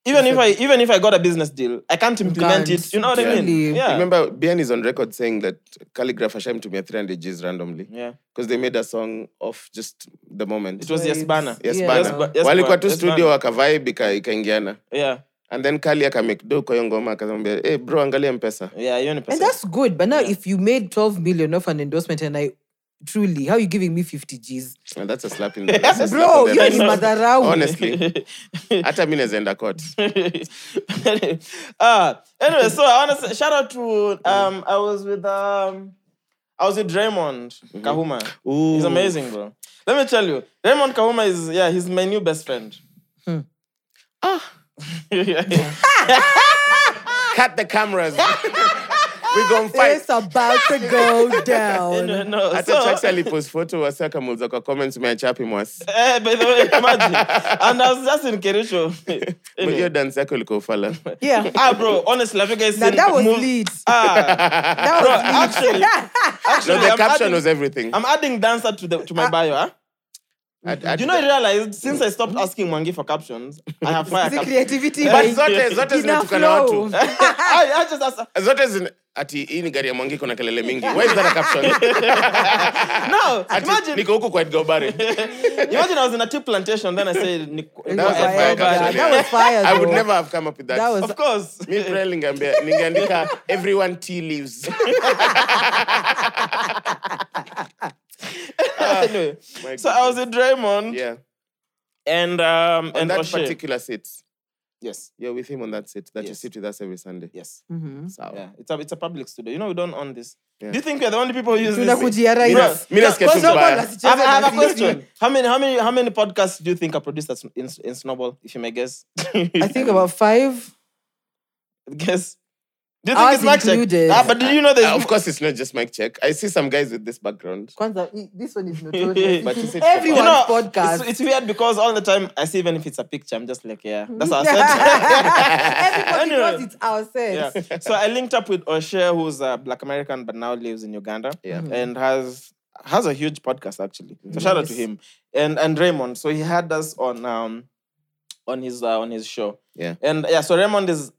D: even if I even if I got a business deal, I can't implement
A: can't.
D: it. You know what I mean?
A: Really.
D: Yeah.
B: Remember, Bian is on record saying that Calligraph ashamtumia 300 G's randomly.
D: yeah.
B: Because they made a song of just the moment.
D: It was
A: Nice.
D: yes banner.
B: yes,
A: Yeah.
B: bana.
A: Yes, ba-
D: yes,
B: walikuwa
D: ba-
B: tu
D: yes,
B: studio
D: bana.
B: wakavibe ika- ikaingiana
D: Yeah.
B: and then kali akamekdo kwa hiyo ngoma akamwambia hey, bro angalia mpesa
D: yeah hiyo ni pesa
A: And that's good. But now if you made 12 million off an endorsement and I truly, how are you giving me 50 G's?
B: and that's a slap in the that's a slap
A: Bro,
B: in the
A: you're in
B: wrist. Oh,
A: Madarau.
B: honestly hata mi naweza enda court
D: uh, anyway, so I want to shout out to
B: Mm.
D: um, I was with um, I was with Raymond
B: Mm-hmm.
D: Kahuma. He's amazing, bro. Let me tell you, Raymond Kahuma is yeah, he's my new best friend.
A: Hmm.
D: Ah.
B: cut the cameras we gon fight
A: It's about to go down.
D: no, no.
B: hata
D: So,
B: Chucks alipost photo wasi akamuuliza kwa comments umeachapi mwasi
D: eh, by the way, imagine. and I was just in Kericho.
B: But
D: anyway.
B: hiyo dance yako ilikuwa ufala
A: Yeah.
D: Ah, bro, honestly, have you guys
A: Now
D: seen
A: that was
D: move-
A: lead.
D: Ah, bro,
A: That was
D: actually,
A: lead.
D: actually,
B: no the
D: I'm
B: caption
D: adding-
B: was everything
D: I'm adding dancer to the to
A: Ah.
D: my bio. Huh?
B: Add- add
D: You know, I
B: the-
D: realized since I stopped asking Mwangi for captions, I have fire
A: The
D: captions.
A: creativity.
B: but
A: like,
B: zote zote
A: ina
B: zimetukana
A: flow.
B: watu
D: I, I just asked,
B: zote zina ati hii ni gari ya mwangi kuna kelele mingi why is that a caption
D: no,
B: Ati,
D: imagine,
B: niko huku kwa Edgar Obare.
D: imagine I was in a tea plantation, then I said, Nico,
A: It
B: That was
A: was
B: a
A: fire,
B: fire
A: yeah.
B: caption,
A: That was
B: yeah.
A: fire.
B: I would
A: though.
B: never have come up with that.
A: That was-
D: of course.
B: Mi Braille ningeambia ningeandika everyone tea leaves.
D: anyway,
B: Ah, My
D: so I was in Draymond
B: yeah.
D: and um
B: On
D: and
B: that
D: O'Shea.
B: particular seat.
D: yes,
B: You're with him on that seat. That you
D: Yes.
B: sit with us every Sunday.
D: yes,
A: Mhm.
B: Sawa.
D: yeah. It's a it's a public studio. You know we don't own this.
B: Yeah.
D: Do you think we are the only people who use this?
A: Tunakujia right.
D: Mina-
A: now.
B: Mina sikia tu
A: Kwanza
B: vibaya.
A: bwana, sicheze
D: I have, I have
A: na
D: a question.
A: sisi.
D: How many how many how many podcasts do you think are produced at, in, in Snowball? If you may guess,
A: I think about five.
D: guess. Do you think
A: Ours
D: it's mic check?
A: included.
D: Ah, but did you know
B: Uh,
D: there's
B: of course, it's not just mic check. I see some guys with this background.
A: Kwanza, i- this one is notorious.
B: But you sit
A: Everyone-
D: you know,
A: One's podcast.
D: It's, it's weird because all the time I see even if it's a picture, I'm just like, yeah, that's our set.
A: Everybody
D: Anyway.
A: knows it's ourselves.
D: yeah. So I linked up with Osher, who's a black American but now lives in Uganda.
B: Yeah.
A: Mm-hmm.
B: Mhm.
D: And has has a huge podcast actually. So shout out to
A: Nice.
D: him. And and Raymond. So he had us on um on his uh, on his show.
B: Yeah.
D: And yeah, so Raymond is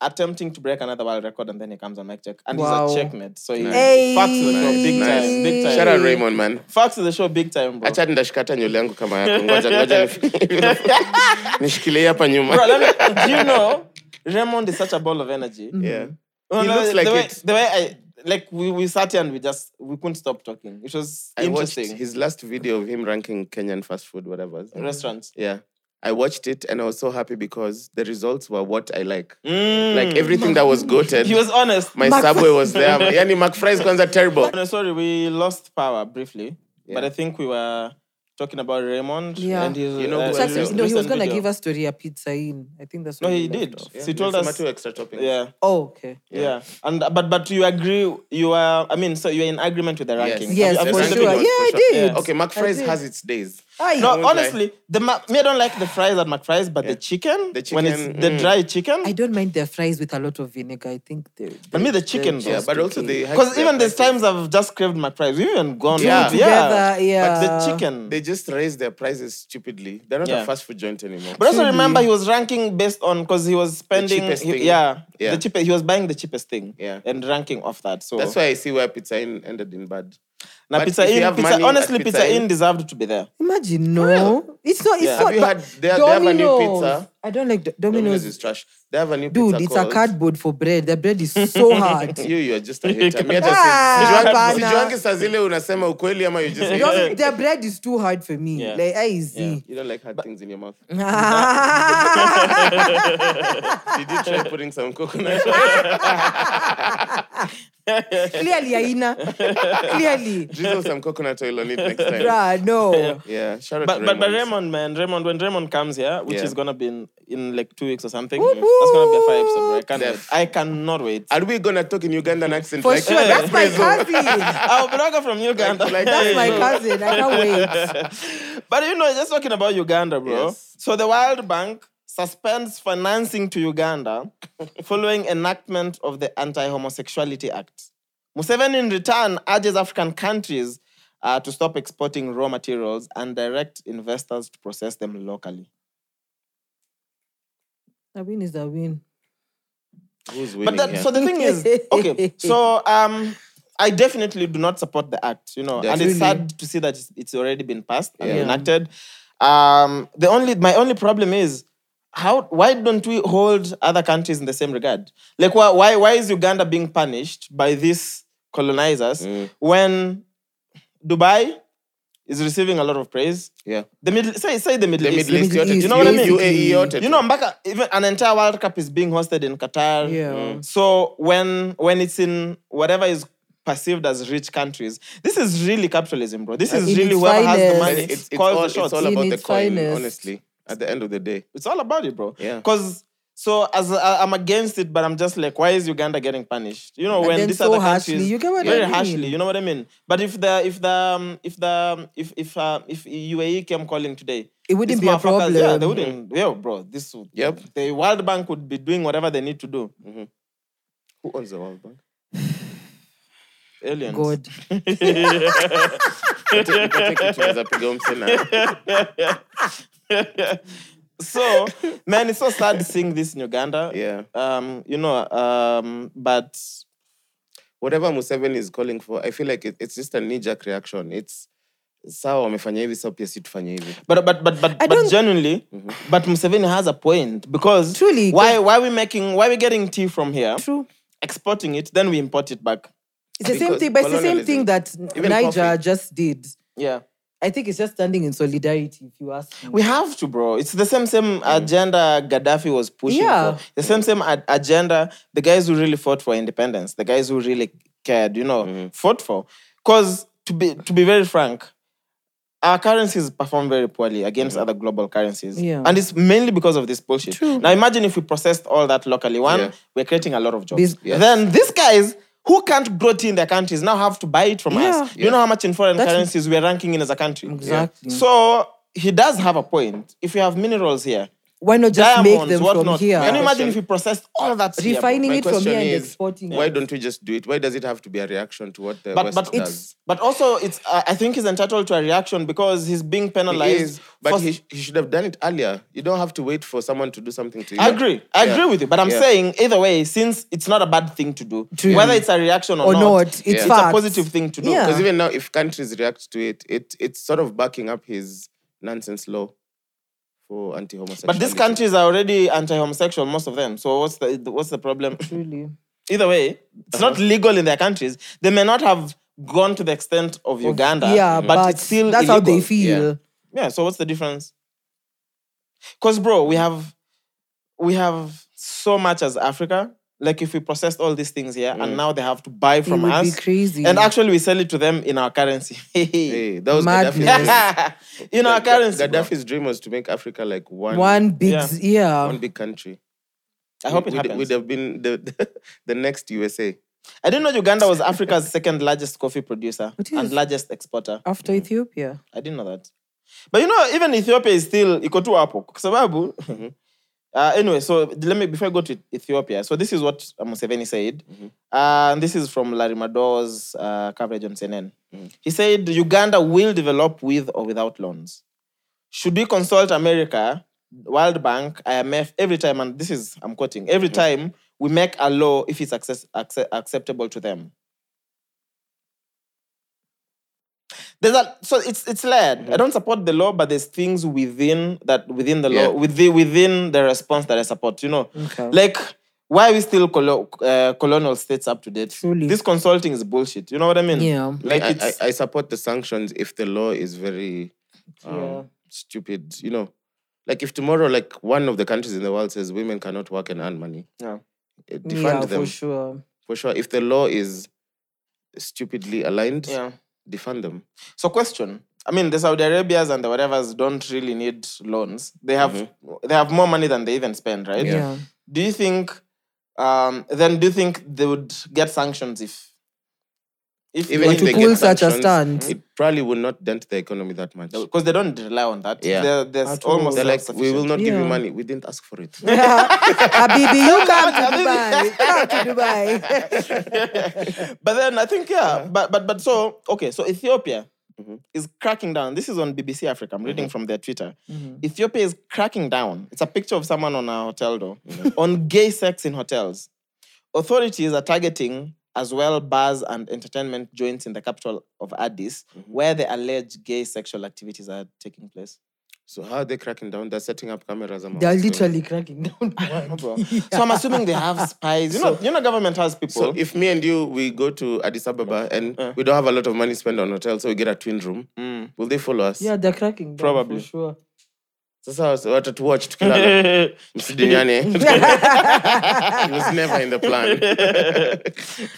D: attempting to break another world record and then he comes on mic check. And
A: Wow.
D: he's a checkmate. So he
B: Nice.
A: Hey.
D: facts to the show big time.
B: Nice.
D: Big time.
B: Shout out Raymond man.
D: Facts to the show big time, bro.
B: Acha ndashikata nywele yangu kama yako. Ngoja ngoja nif- nishikilie hapa
D: bro,
B: nyuma.
D: let me, do you know Raymond is such a ball of energy.
B: Yeah.
D: No,
B: He
D: no,
B: looks
D: the
B: like
D: way,
B: it.
D: The way I like we, we sat here and we just we couldn't stop talking. It was
B: I watched
D: interesting. Mm.
B: his last video of him ranking Kenyan fast food, whatever.
D: Restaurants.
B: Yeah. I watched it and I was so happy because the results were what I like.
D: Mm.
B: Like everything that was goated.
D: he was honest.
B: my subway was there. Yani McFry's kwanza terrible.
D: No, sorry, we lost power briefly, but
B: Yeah.
D: I think we were talking about Raymond.
A: Yeah.
D: And his,
B: You know
D: uh,
B: who
A: Chuck,
B: Well,
D: his
A: no, he was
D: recent
A: gonna
D: video.
A: give us Doria pizza in. I think that's
D: No,
A: what
D: he
A: left
D: did.
A: off.
D: So he told us.
B: Tomato extra topping.
D: Yeah.
A: Oh, okay.
D: Yeah. and uh, but but you agree you are I mean so you're in agreement with the
B: Yes.
D: ranking.
A: Yes,
B: I've
A: for
B: seen
A: sure.
B: the
A: Yeah,
B: video,
A: I
B: for sure.
A: did.
D: Yeah.
B: Okay, McFry's
A: did.
B: has its days.
A: Aye.
D: No,
B: won't lie.
D: honestly, the ma- me I don't like the fries at McFries, but the chicken,
B: The
D: when it's
B: chicken,
D: the
B: mm.
D: dry chicken,
A: I don't mind their fries with a lot of vinegar. I think they.
D: But me, the chicken,
B: Yeah, but also they had
D: because
B: their
D: even there's
B: prices.
D: times I've just craved McFries. We've even gone,
B: Yeah.
A: Together, yeah.
D: But the chicken.
B: they just raised their prices stupidly. They're not
D: Yeah.
B: a fast food joint anymore.
D: but also remember, he was ranking based on because he was spending,
B: cheapest
D: he-
B: thing.
D: yeah,
B: Yeah.
D: the cheapest. He was buying the cheapest thing,
B: Yeah.
D: and ranking off that. So
B: That's why I see where Pizza Inn ended in bad.
D: now
B: but
D: pizza
B: if you
D: in,
B: have
D: pizza
B: money at
D: honestly, pizza,
B: Pizza
D: in
B: Inn-
D: deserved to be there.
A: Imagine no, it's not. It's
D: Yeah.
A: not.
B: Have you
A: but
B: had- they have- they have a new
A: Domino's.
B: pizza.
A: I don't like Do-
B: Domino's
A: Domino's.
B: is trash. They have a new
A: Dude,
B: pizza
A: it's a
B: called-
A: cardboard for bread. The bread is so hard.
B: You, you are just a hater. Mi hata si-
A: Ah,
B: sijuangi-
A: hapana.
B: sijuangi saa zile unasema ukweli ama you just hate.
A: Dom- the bread is too hard for me.
D: Yeah.
A: Like I see.
B: You don't like hard things in your mouth. Did you try putting some coconut?
A: Clearly, Aina. Clearly,
B: Drizzle some coconut oil on it next time.
A: bruh, no.
B: Yeah, shout out
D: But,
B: to
D: but but
B: Raymond.
D: Raymond man, Raymond when Raymond comes here, which
B: Yeah.
D: is gonna be in, in like two weeks or something, that's gonna be a five episode. Bro. I can't wait.
B: Def.
D: I cannot wait.
B: Are we gonna talk in Ugandan accent?
A: For
B: like-
A: sure, that's my cousin.
D: Our blogger from Uganda.
B: like
A: That's my
B: Yeah.
A: cousin. I can't wait.
D: But you know, just talking about Uganda, bro.
B: Yes.
D: So the World Bank suspends financing to Uganda following enactment of the Anti-Homosexuality Act. Museveni, in return, urges African countries uh, to stop exporting raw materials and direct investors to process them locally.
A: A win is a win.
B: Who's winning
D: But that,
B: here?
D: so the thing is, okay, so um, I definitely do not support the act, you know, and it's
A: Definitely.
D: sad to see that it's, it's already been passed and
B: Yeah.
D: enacted. Um, the only my only problem is how why don't we hold other countries in the same regard? Like why why, why is Uganda being punished by these colonizers
B: Mm.
D: when Dubai is receiving a lot of praise?
B: Yeah.
D: The middle say say the Middle
B: The
D: East.
B: Middle East
A: Middle
B: yote.
A: East,
B: You know what I mean?
A: basically.
B: UAE yote.
D: You know, Mbaka, even an entire World Cup is being hosted in Qatar.
A: Yeah.
B: Mm-hmm.
A: Mm.
D: So when when it's in whatever is perceived as rich countries, this is really capitalism, bro. This
A: Uh, In
D: is
A: its
D: really whoever has the
A: finest.
D: money.
B: And it's, it's,
D: calls
B: all,
D: the
B: it's
D: shots.
B: all
A: In
B: about the
A: its
B: coin,
A: finest.
B: honestly. At the end of the day.
D: It's all about it, bro.
B: Yeah.
D: Because so as I, I'm against it, but I'm just like, why is Uganda getting punished? You know,
A: And
D: when
A: then
D: these
A: so
D: other
A: harshly,
D: countries
A: you get what I
D: very
A: mean.
D: harshly, you know what I mean. But if the if the um, if the um, if if uh, if UAE came calling today,
A: It wouldn't
D: these
A: be a
D: motherfuckers- Yeah, they
A: problem.
D: wouldn't. Yeah, bro. This would.
B: Yep.
D: The World Bank would be doing whatever they need to do.
B: Who owns the World Bank?
D: Aliens.
A: God.
D: So man, it's so sad seeing this in Uganda.
B: yeah.
D: Um, you know, um, but
B: Whatever Museveni is calling for, I feel like it, it's just a knee-jerk reaction. It's sawa wamefanya hivi, sawa pia si tufanye hivi.
D: But but but but,
A: I
D: but
A: don't-
D: genuinely, but Museveni has a point because
A: Truly,
D: why why we making why we getting tea from here,
A: True.
D: exporting it, then we import it back.
A: It's the same
B: Because
A: thing, but it's the same
B: colonialism,
A: thing that
B: even
A: Niger
B: coffee.
A: just did.
D: Yeah,
A: I think it's just standing in solidarity, if you ask me.
D: we have to, bro. It's the same same agenda Gaddafi was pushing.
A: Yeah.
D: for. the same same ad- agenda. The guys who really fought for independence, the guys who really cared, you know,
A: Mm-hmm.
D: fought for. Cause to be to be very frank. Our currencies perform very poorly against other global currencies.
A: Mm-hmm. Yeah.
D: And it's mainly because of this bullshit. Now imagine if we processed all that locally. One,
B: Yeah.
D: we're creating a lot of jobs.
A: Bus-
B: Yes.
D: Then these guys who can't grow tea in their countries now have to buy it from
A: Yeah.
D: us. You know how much in foreign
A: That's-
D: currencies we're ranking in as a country.
B: Mm.
A: Exactly.
D: So he does have a point. If we have minerals here,
A: Why not just make
D: diamonds,
A: them from
D: whatnot,
A: here?
D: can you
B: My
D: imagine if
B: question-
D: we processed all that? here, bro?
A: Refining
B: My
A: it from
B: question
A: here and
B: is,
A: exporting
B: why
A: it.
B: don't we just do it? Why does it have to be a reaction to what the
D: But,
B: West
D: but
B: does?
D: it's but also it's I I think he's entitled to a reaction because he's being
B: He
D: penalized.
B: is, but
D: for-
B: he, sh- he should have done it earlier. You don't have to wait for someone to do something to you.
D: I agree. I
B: Yeah.
D: agree with you. But I'm
B: Yeah.
D: saying either way, since it's not a bad thing to do,
A: True.
D: whether it's a reaction or,
A: Or not, it's
D: it's a
A: facts.
D: positive thing to do.
A: Yeah.
B: Because even now, if countries react to it, it it's sort of backing up his nonsense law for anti-homosexuality.
D: But these countries are already anti-homosexual, most of them. So what's the what's the problem?
A: Really.
D: Either way, it's
A: Uh-huh.
D: not legal in their countries. They may not have gone to the extent of Uganda,
A: yeah,
D: but,
A: but,
D: it's still
A: that's how they
D: illegal.
A: feel.
D: Yeah. So what's the difference? Because bro, we have we have so much as Africa. Like if we processed all these things here, and now they have to
A: Mm.
D: buy
A: It
D: from
A: would
D: us,
A: be crazy.
D: and actually we sell it to them in our currency.
B: Hey, that was
A: Madness.
B: Gaddafi's dream.
D: in our
B: Ga-
D: currency. bro.
B: Gaddafi's dream was to make Africa like one
A: one big,
D: Yeah.
A: yeah. yeah.
B: one big country.
D: I hope it
B: We'd-
D: happens.
B: We'd have been the the next USA.
D: I didn't know Uganda was Africa's second largest coffee producer
A: It
D: and
A: is.
D: largest exporter.
A: After Ethiopia.
D: I didn't know that. But you know, even Ethiopia is still iko tu hapo kwa sababu uh, anyway, so let me before I go to Ethiopia. So this is what Museveni said. Uh, and this is from Larry Mado's uh, coverage on CNN. He said Uganda will develop with or without loans. Should we consult America, World Bank, IMF every time? And this is I'm quoting every time we make a law if it's access, acce- acceptable to them. There's a, so it's it's layered. I don't support the law, but there's things within that within the
B: Yeah.
D: law within within the response that I support. You know,
A: Okay.
D: like why are we still colo- uh, colonial states up to date?
A: Truly.
D: This consulting is bullshit. You know what I mean?
A: Yeah.
D: Like
B: I,
D: it's,
B: I, I support the sanctions if the law is very um,
D: Mm.
A: Yeah.
B: stupid. You know, like if tomorrow, like one of the countries in the world says women cannot work and earn money,
D: Yeah.
B: eh, defund
A: yeah,
B: them
A: for sure.
B: for sure. If the law is stupidly aligned,
D: yeah.
B: defund them.
D: So question. I mean, the Saudi Arabias and the whatevers don't really need loans. They have
B: Mm-hmm.
D: they have more money than they even spend, right?
A: Yeah.
D: Do you think? Um, then do you think they would get sanctions if? If
B: Even
A: But
B: if
A: to
B: they
A: pull
B: get
A: such a
B: sanctions,
A: stand.
B: it probably will not dent the economy that much.
D: because they don't rely on that.
B: Yeah.
D: They're, they're
A: At
D: almost
A: all.
B: They're like, we will
D: self-sufficient.
B: not give you
A: Yeah.
B: money. We didn't ask for it.
A: Habibi, you come to Dubai. Come to Dubai.
D: but then I think yeah, but but but so okay, so Ethiopia is cracking down. This is on BBC Africa. I'm reading from their Twitter. Ethiopia is cracking down. It's a picture of someone on a hotel door on gay sex in hotels. Authorities are targeting as well bars and entertainment joints in the capital of Addis, where the alleged gay sexual activities are taking place.
B: So how are they cracking down? They're setting up cameras. among
A: They're
B: them.
A: literally cracking down.
D: Bro. So I'm assuming they have spies. You know, you know, government has people.
B: So if me and you we go to Addis Ababa and we don't have a lot of money spent on hotel, so we get a twin room,
D: Uh. Mm.
B: will they follow us?
A: yeah, they're cracking down.
D: Probably.
A: For sure.
B: Sasa watu- watatuwatch tukilala msidinyane. It was never in the plan.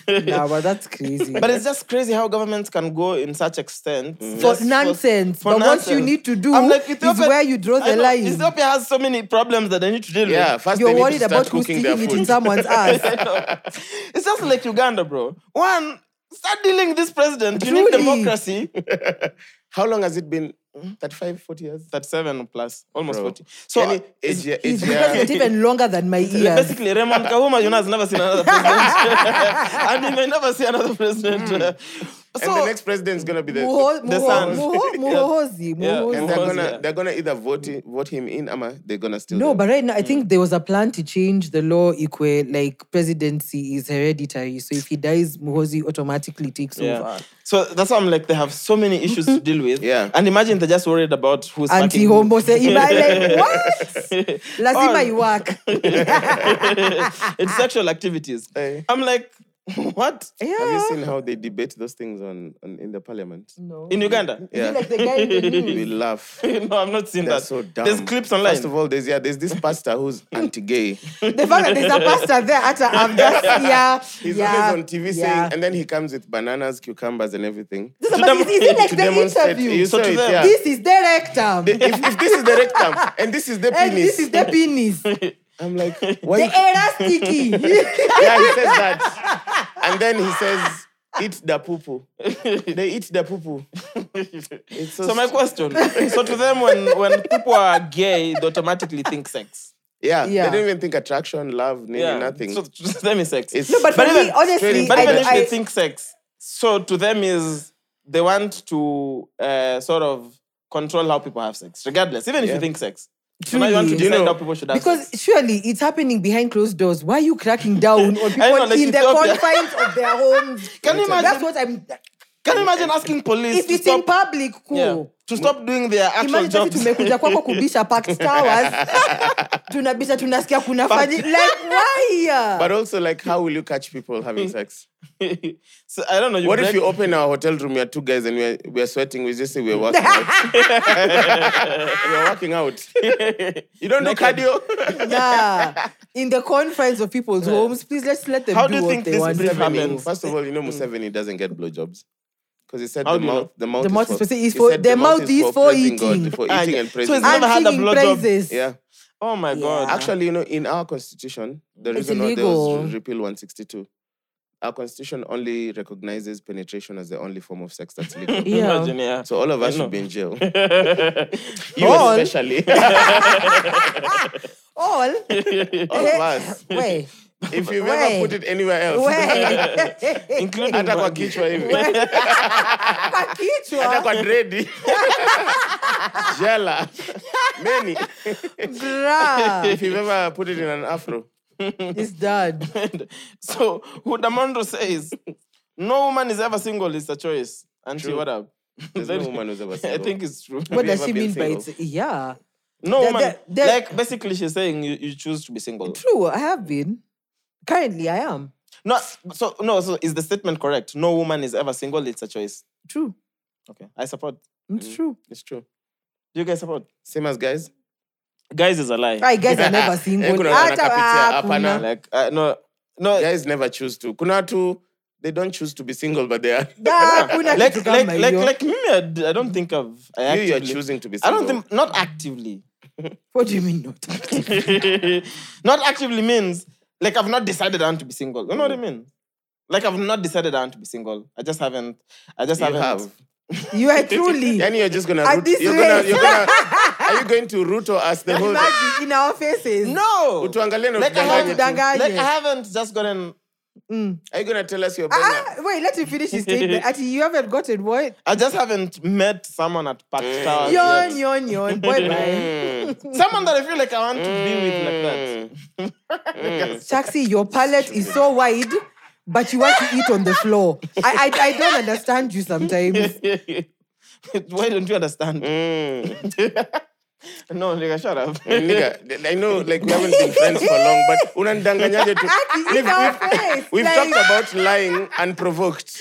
A: Nah, but that's crazy.
D: but it's just crazy how governments can go in such extent
A: Mm. for
D: just
A: nonsense.
D: for
A: but what you
D: nonsense.
A: need to do
D: I'm like,
A: is
D: Ethiopia-
A: where you draw
D: I
A: the
D: know,
A: line.
D: Ethiopia has so many problems that they need to deal
B: Yeah,
D: with.
B: first
A: You're
B: they need
A: worried
B: to
A: about
B: start
A: who's
B: cooking their
A: stealing it in
B: food.
A: someone's ass.
D: I know. it's just like Uganda, bro. One, start dealing with this president. You need
A: Truly.
D: democracy.
B: How long has it been? 35, 40 years?
D: 37 plus, almost
B: Bro.
D: 40. So
B: Any-
D: uh,
B: it's- yeah,
A: His
B: it's-
A: fingers
B: yeah.
A: got even longer than my ears.
D: basically, Raymond Kahuma, you know, has never seen another president. and he may never see another president.
B: Hmm. And
D: So,
B: the next president is gonna be the.
A: Muho-
D: the
A: muho-
D: sons.
A: muho- muhozi,
D: Yeah.
A: muhozi.
B: And they're
D: Muhozi,
B: gonna
D: yeah.
B: they're gonna either vote i- vote him in, ama they're gonna still.
A: No, but right now I
D: Mm.
A: think there was a plan to change the law equal like presidency is hereditary. So if he dies, Muhozi automatically takes
D: yeah.
A: over.
D: so that's why I'm like, they have so many issues to deal with.
B: Yeah.
D: And imagine they're just worried about who's fucking
A: Anti
D: who.
A: homo say like what? Lazima
D: Or-
A: iwak.
D: it's sexual activities.
B: Hey.
D: I'm like, what?
B: Have you
A: Yeah.
B: seen how they debate those things on, on in the parliament?
A: No.
D: In Uganda?
A: Is it
B: Yeah,
A: like the guy in the
B: we
A: news?
B: laugh.
D: no, I'm not seeing
B: They're
D: that.
B: so dumb.
D: There's clips online.
B: First of all, there's yeah, there's this pastor who's anti-gay.
A: The fact that there's a pastor there, actually, I'm just yeah.
B: He's
A: yeah,
B: always on TV
A: yeah.
B: saying, and then he comes with bananas, cucumbers, and everything.
A: This is, but is, is it like
B: to
A: the
B: demonstrate.
A: interview?
B: You
D: So
B: saw
D: to
B: it,
D: them-
B: yeah.
A: This is the rectum.
B: if, if this is the rectum and this is the
A: and
B: penis,
A: this is the penis. the
B: I'm like, why?
A: elasticy.
B: yeah, he says that, and then he says, eat the poo They eat the poo It's so,
D: so my question. so to them, when when people are gay, they automatically think sex.
B: yeah,
A: Yeah.
B: they don't even think attraction, love, nearly
D: Yeah,
B: nothing.
D: So to them is sex.
B: it's
A: No, but for
D: But
A: me,
D: even-
A: honestly,
D: but
A: I,
D: even if
A: I,
D: they think sex, so to them is they want to uh, sort of control how people have sex, regardless. Even if you
B: Yeah.
D: think sex, you might want to
A: Truly.
D: decide
B: You know,
D: how people should have
A: because
D: sex.
A: surely it's happening behind closed doors. Why are you cracking down on people
D: know, like
A: in the
D: Ethiopia.
A: confines of their homes?
D: Can you imagine?
A: That's what I'm.
D: Can you imagine asking police
A: If
D: to
A: it's in
D: stop,
A: public, cool.
D: yeah, to stop doing their actual
A: Oh. imagine sasa
D: jobs?
A: tumekuja kwako kubisha Park Towers. tunabisha tunasikia kuna fani like why
B: but also like, how will you catch people having sex?
D: so I don't know. You
B: What
D: break-
B: if you open our hotel room? We are two guys and we're we're sweating. We just say we're working out. we're working out. You don't do cardio.
A: yeah in the confines of people's homes please let's let them
D: How
A: do,
D: do you
A: what
D: think
A: they
D: this
A: want
D: brief
A: to do.
D: happens?
B: First of all, you know Museveni doesn't get blowjobs. Because he said
D: How
B: the
D: do you know?
B: mouth, the mouth,
A: The mouth
B: is
A: is
B: for,
A: for- is
B: he
A: for-
B: said
A: the mouth is for
B: praising
A: eating.
B: God, for
D: Ah,
B: eating
D: yeah.
B: and
D: So it's
B: praising.
D: not-
A: I'm
D: never had a
A: singing
D: blowjob.
A: praises
B: yeah,
D: Oh my god!
B: actually, you know, in our constitution, the
A: It's
B: reason why there was
A: illegal.
B: re- repeal 162, our constitution only recognizes penetration as the only form of sex that's legal.
A: Yeah.
D: Imagine, yeah.
B: So all of us
D: know.
B: should be in jail, you
A: All?
B: especially.
A: all
B: all of us.
A: way
B: If you've
A: Why?
B: ever put it anywhere else,
A: way
D: Including
B: hata kwa
D: Barbie.
B: kichwa hivi,
A: kwa
B: hata
A: kichwa
B: kwa dredi, jela, many.
A: bra
B: if you've ever put it in an afro,
A: is done
D: so Hudamondo says, no woman is ever single. It's a choice. Auntie,
B: True.
D: what up?
B: there's no woman who's ever "Oh,
D: I
B: single.
D: think it's true.
A: what
B: you
A: does
B: ever
A: she
B: been
A: mean by
B: single?
A: it yeah
D: No
A: The-
D: woman.
A: the- the-
D: like basically, she's saying you, you choose to be single.
A: true I have been currently I am
D: No, so no. So is the statement correct? No woman is ever single. It's a choice.
A: true
D: Okay, I support.
A: it's true
B: it's true.
D: Do you guys support?
B: Same as guys.
D: Guys is a lie.
A: I guess I never
B: Eh,
A: single
B: kuna wanakapitia
A: hata
B: hapa
A: kuna
B: na-
D: like uh, no, no.
B: Guys never choose to. Kuna watu they don't choose to be single, but they are.
A: Da, kuna
D: Like
A: kitu
D: like
A: kama
D: like
A: hiyo.
D: like me. I, d- I don't think I've. I
B: You, you're
D: actively,
B: choosing to be
D: I
B: single.
D: don't think not actively.
A: What do you mean not?
D: not actively means like I've not decided I want to be single. You know what
B: Mm.
D: I mean? Like I've not decided I want to be single. I just haven't. I just
B: you
D: haven't.
B: have.
A: You are truly.
B: Yani you're just gonna.
A: At
B: Root,
A: this
B: you're gonna,
A: rate.
B: you're gonna, are you going to root or ask the whole?
A: Imagine in our faces.
D: No.
B: Utuangalie na
D: Like I
B: utudanganye
D: haven't.
B: tu.
A: Utudanganye.
D: Like I haven't just gotten.
B: Are you gonna tell us your
A: Mm. Ah,
B: banger?
A: ah, wait, let me finish his statement. Ati, you haven't gotten what?
D: I just haven't met someone at Park
B: Mm.
D: Towers. yet.
A: Yon, yon, yon. Boy, bye.
B: Hmm,
D: Someone that I feel like I want to be with like that.
A: Chaksi, your palate is so wide, but you want to eat on the floor. I, I, I don't understand you sometimes.
B: hmm.
D: Why don't you understand?
B: Mm.
D: no, nigga, shut up.
B: Nigga, I know like we haven't been friends for long, but unandanganyaje to
A: Is it our face?
B: We've
A: Like-
B: talked about lying unprovoked.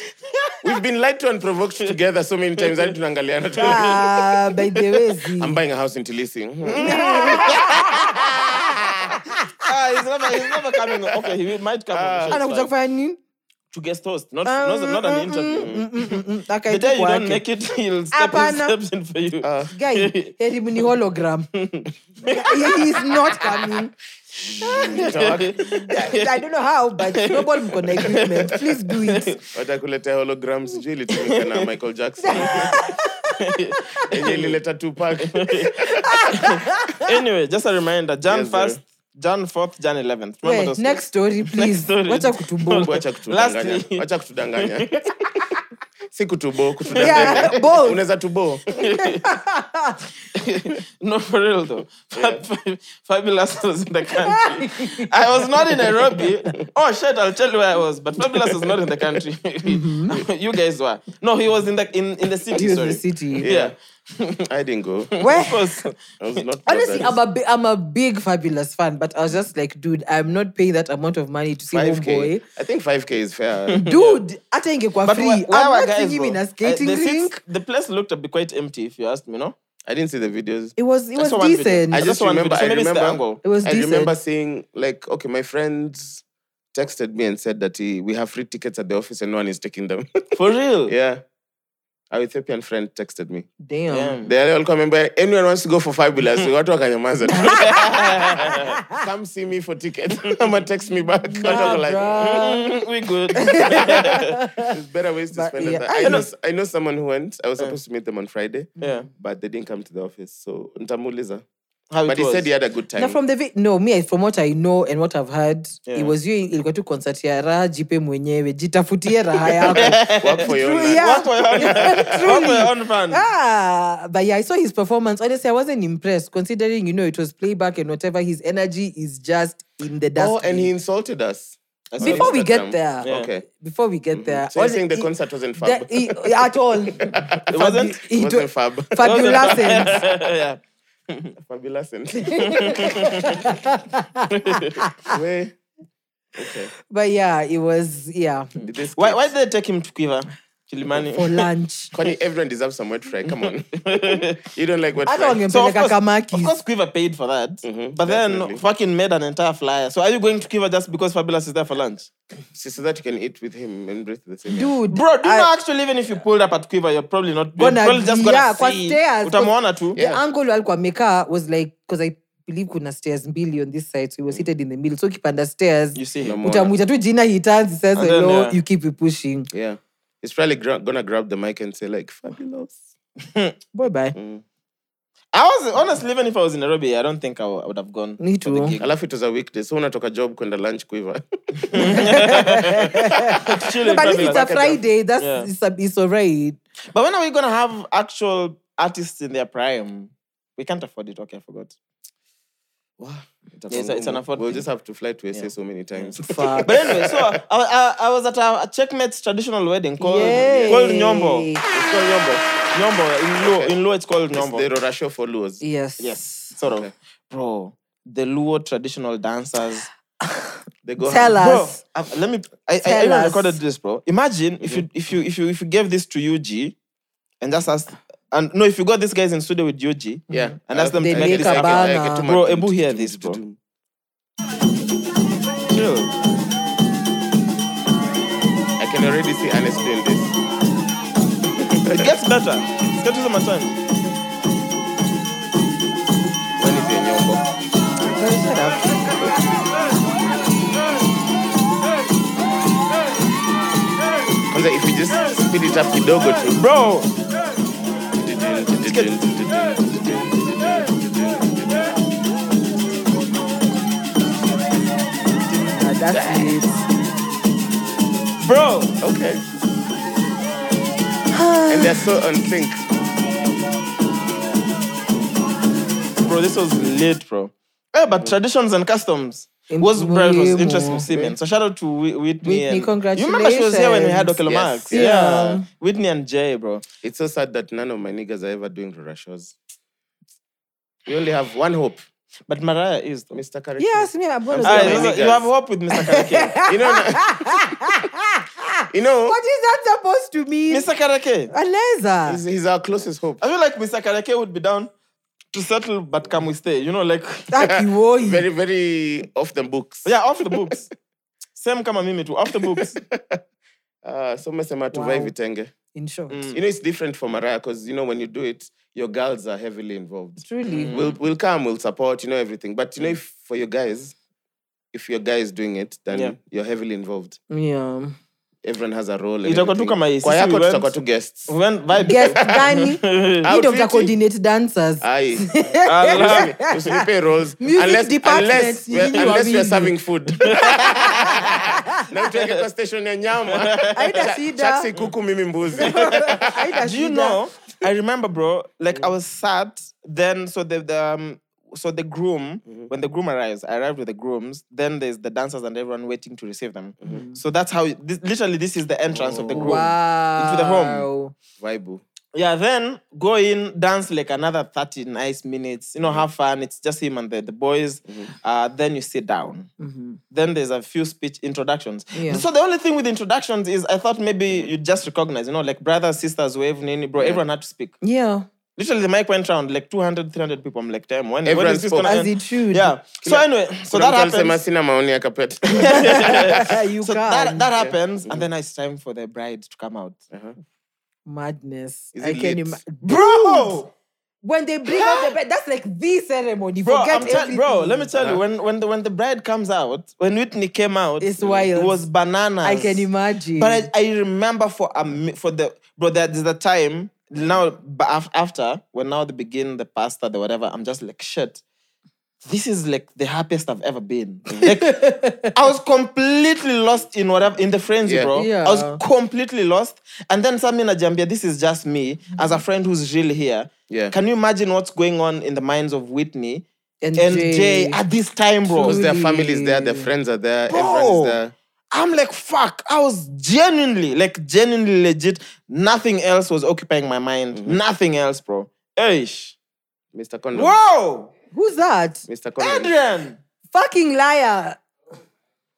B: We've been lied to and provoked together so many times. hadi tunaangaliana tu.
A: Ah, by the way, Z.
B: I'm buying a house in Tilisi.
D: ah, he's never, he's never coming. Okay, he might come.
B: Ah,
D: on the show,
A: anakuja
D: it's fine.
A: kufanya nini
D: to guest host, not,
A: Um,
D: not,
A: mm,
D: not an interview. The day you
A: akaitukwake
D: don't make it, he'll step in,
A: Hapana.
D: steps in for you.
A: Ah, guy heribu ni hologram he is not coming i don't know how but snowball mko na equipment please do it
B: watakuletea hologram sijui ilitumika na michael jackson enye ilileta tupak
D: anyway, just a reminder, Jan
B: Yes, sir.
D: 1st, Jan 4th, Jan 11th. Remember
A: Hey,
D: those
A: next story please
D: story.
A: wacha kutubo
B: wacha kutudanganya
D: Lastly.
B: wacha kutudanganya si kutubo kutudanganya
A: Yeah, both.
B: unaweza tubo
D: No, for real though. Fab- Fabulous was in the country. I was not in Nairobi. Oh shit! I'll tell you where I was. But Fabulous was not in the country. you guys were. No, he was in the in, in the city.
A: Mm-hmm. He was in
D: sorry.
A: the city.
D: Yeah.
B: i didn't go
A: Where?
D: Of course.
B: i was not
A: Honestly, I'm a, bi- I'm a big fabulous fan, but I was just like, dude, I'm not paying that amount of money to see
B: 5k
A: homeboy.
B: i think 5k is fair
A: Dude, hata ingekuwa
D: But
A: free.
D: why, why
A: I'm
D: were
A: not
D: guys?
A: seeing him in
D: though?
A: a skating
D: I, the, seats-
A: rink.
D: the place looked a bit quite empty, if you asked me. No.
B: i didn't see the videos
A: It was it was
D: saw one video.
A: decent.
B: I
D: That's
B: just
D: one
B: remember.
D: video. So
B: I
D: maybe it's the
B: remember.
D: angle.
A: It was
B: I remember
A: decent.
B: seeing like, okay, my friends texted me and said that he, we have free tickets at the office and no one is taking them.
D: For real.
B: yeah, our Ethiopian friend texted me.
A: Damn.
D: Damn.
B: They all member. Anyone wants to go for fabulous? Watu wakanyamaza. tu. Come see me for tickets. Ama text me back. Watu wako like,
A: bruh.
D: Mm, we good.
B: there's better ways to
A: But
B: spend.
A: yeah.
B: Yeah. I know. I know someone who went. I was supposed to meet them on Friday,
D: yeah.
B: but they didn't come to the office. So nitamuuliza.
D: How it
B: But he
D: was.
B: said he had a good time.
A: na from the vi- no me from what i know and what i've heard
D: Yeah.
A: it was you ilikuwa tu concert ya raha jipe mwenyewe jitafutie raha yako
B: Work for your own life.
A: Yeah.
D: Work for your own- work for your own fund.
A: Ah, but yeah, I saw his performance. Honestly, I wasn't impressed, considering you know it was playback and whatever. His energy is just in the dust.
B: Oh, and he insulted us. I saw
A: Oh, Before we
B: Instagram.
A: get there,
D: Yeah.
B: Okay.
A: before we get there,
B: So you're saying the
A: honestly,
B: concert wasn't fab?
A: that- he- at all, it
D: wasn't?
B: it wasn't fab.
A: Fabulous.
D: yeah.
B: Fabulous. Wait,
A: But yeah, it was yeah
B: did this
D: Why, why did they take him to Quiver? Chilimani.
A: for lunch.
B: Kwani everyone deserves some wet fry. Come on. you don't like wet
A: Hata
B: fry.
D: So of
A: wangempeleka
D: course,
A: Kamakis.
D: of course, Quiver paid for that,
B: Mhm,
D: but then
B: definitely.
D: fucking made an entire flyer. So are you going to Quiver just because Fabulous is there for lunch,
B: So, so that you can eat with him and breathe the same. air.
A: dude,
D: bro? Do you
A: I-
D: know actually, even if you pulled up at Quiver, you're probably not you're
A: Gonna
D: probably just
A: be-
D: gonna
A: yeah, kwa
D: see.
A: stairs.
D: Utamwona tu.
A: the angle alikuwa amekaa was like because i believe kuna stairs mbili on this side so he was seated in the middle so ukipanda stairs
D: You see him.
B: No more.
A: utamwita tu jina he turns he says
D: And then,
A: hello
D: yeah.
A: you keep it pushing
B: Yeah. He's probably gra- gonna grab the mic and say like, "Fabulous."
A: bye bye
D: Mm. I was honestly, even if I was in Nairobi, I don't think I w- I would have gone.
A: Me
D: for the
A: too.
D: gig.
B: Alafu it was a weekday, so unatoka job kwenda lunch quiver.
D: Chile,
A: no, but if it's a
D: Fabulous.
A: friday that's
D: Yeah.
A: it's, a, it's all right
D: But when are we gonna have actual artists in their prime? We can't afford it. Okay, I forgot. Yeah, it's, a- it's an afford.
B: We'll just have to fly to SA
D: Yeah.
B: so many times.
A: Fuck.
D: But anyway, so I, I, I was at a, a checkmate's traditional wedding called
A: Yay.
D: called Nyombo. It's called Nyombo. Nyombo in Luo.
B: Okay.
D: In Luo, it's called
B: It's
D: Nyombo.
B: the Rora Show for Luos.
A: yes
D: yes, sort of.
B: Okay.
D: Bro, the Luo traditional dancers.
B: They go
A: Tell
B: ham.
D: Bro,
A: Us.
D: I- let me. I, I, I
A: Tell
D: even
A: us.
D: recorded this, bro. Imagine if you if you if you if you gave this to UG, and just asked, and no, if you got these guys in studio with UG,
B: Yeah.
D: and asked them
A: Mm. Uh, They
D: to make
A: make
D: this
A: a
D: happen.
A: banner.
D: Bro, Ebu hear this, bro. Chill.
B: I can already see Ernest doing this.
D: It gets better. It gets to my time.
B: When is your nyombo?
A: Well, shut up.
B: Kwanza, if you just speed it up kidogo tu.
D: Bro,
A: Ah, that's it
D: bro.
B: Okay. And they're so on sync.
D: Bro, this was lit, bro. Yeah, but traditions and customs.
A: Em-
D: Was bro, it was interesting
A: muhimu.
D: to see, man. So shout out to Whi- Whitney.
A: Whitney,
D: and, You remember she was here when we had Okelo
B: congratulations.
D: Marks.
B: Yes.
D: Yeah.
A: Yeah.
D: Whitney and Jay, bro.
B: It's so sad that none of my niggas are ever doing Rora shows. We only have one hope,
D: But Mariah is though.
B: Mr. Karaki.
A: Yes, me, I'm going
D: Ah,
B: sorry,
D: you
A: to
B: niggas.
D: you have hope with Mr. Karake.
B: You know, you know
A: What is that supposed to mean?
D: Mr. Karake.
B: he's,
A: Aleza.
B: he's our closest hope.
D: I feel like Mr. Karake would be down to settle, but can we stay? You know, like
A: Taki woi.
B: Very, very off the books.
D: yeah, off the books. Same kama mimi too, off the books.
B: Uh, so mesema tuvai
A: Wow.
B: vitenge.
A: In short.
D: Mm. Hmm.
B: You know, it's different for Mariah because, you know, when you do it, your girls are heavily involved.
A: Truly.
D: Hmm.
B: We'll, we'll come, we'll support, you know, everything. But, you know, if for your guys, if your guy is doing it, then
D: Yeah.
B: you're heavily involved.
A: Yeah.
D: Mm.
B: Everyone has a role. and
D: Itakuwa tu
B: everything.
D: kama hii,
B: Kwa
D: sisi
B: yako
D: we went-
B: tutakuwa tu guests.
D: We went vibe.
A: Guest gani? Need of the
B: Outfitting.
A: coordinate dancers.
B: Aye.
D: Ah,
B: Usinipe roles.
A: Music
B: Unless-
A: department,
B: unless we're-
A: nyinyi
B: unless we're
A: wawili.
B: serving food. Na utuweke kwa station ya nyama.
A: Haina
B: Chuck si
A: shida.
B: kuku mimi mbuzi.
A: Haina
D: Do
A: shida.
D: you know? I remember, bro. Like I was sad. Then so the, the um, so the groom
A: Mm-hmm.
D: when the groom arrives, I arrived with the grooms. Then there's the dancers and everyone waiting to receive them. So that's how it- this, literally this is the entrance of the
A: Mm-hmm. Oh,
D: groom.
A: Wow.
D: Into the home.
B: Vaibu.
D: Yeah. Then go in, dance like another thirty nice minutes. You know,
A: Mm-hmm.
D: have fun. It's just him and the the boys. Uh, then you sit down. Then there's a few speech introductions.
A: Mm-hmm. Yeah.
D: So the only thing with introductions is I thought maybe you just recognize, you know, like brothers, sisters, wave, nini, bro. Everyone had to speak.
A: Yeah.
D: Literally, the mic went round like 200, 300 people. I'm like, damn, when, when
B: Everyone
D: is this
B: spoke.
D: gonna
A: As
D: end?
A: it should.
D: Yeah. So anyway, so
B: Kuna
D: that
B: mtu alisema
D: happens.
B: sina maoni ya kapet.
A: you
D: So that,
A: can.
D: that happens, and then it's time for the bride to come out.
A: Madness.
B: Is
A: I
B: it
A: can
B: lit?
A: imagine.
D: Bro,
A: When they bring out the bed, that's like the ceremony.
D: bro,
A: Forget
D: I'm tell-
A: everything.
D: bro. Let me tell you, when when the when the bride comes out, when Whitney came out,
A: It's wild.
D: It was bananas.
A: I can imagine.
D: But I, I remember for a mi- for the bro that is the time now ba- af- after when now they begin the pasta the whatever I'm just like shit. This is like the happiest I've ever been. Like I was completely lost in whatever in the frenzy,
B: Yeah.
D: bro.
A: Yeah.
D: I was completely lost, and then Sami Najambia, this is just me as a friend who's really here.
B: Yeah.
D: Can you imagine what's going on in the minds of Whitney
A: and,
D: and
A: Jay.
D: Jay at this time, bro?
B: Because their families there, their friends are there,
D: Bro.
B: everyone's there.
D: I'm like, fuck. I was genuinely, like, genuinely legit. Nothing else was occupying my mind.
A: Mm-hmm.
D: Nothing else, bro. Eish.
B: Mr. Condom.
D: Whoa!
A: Who's that? Mm-hmm.
B: Mr. Condom.
D: Adrian!
A: Fucking liar.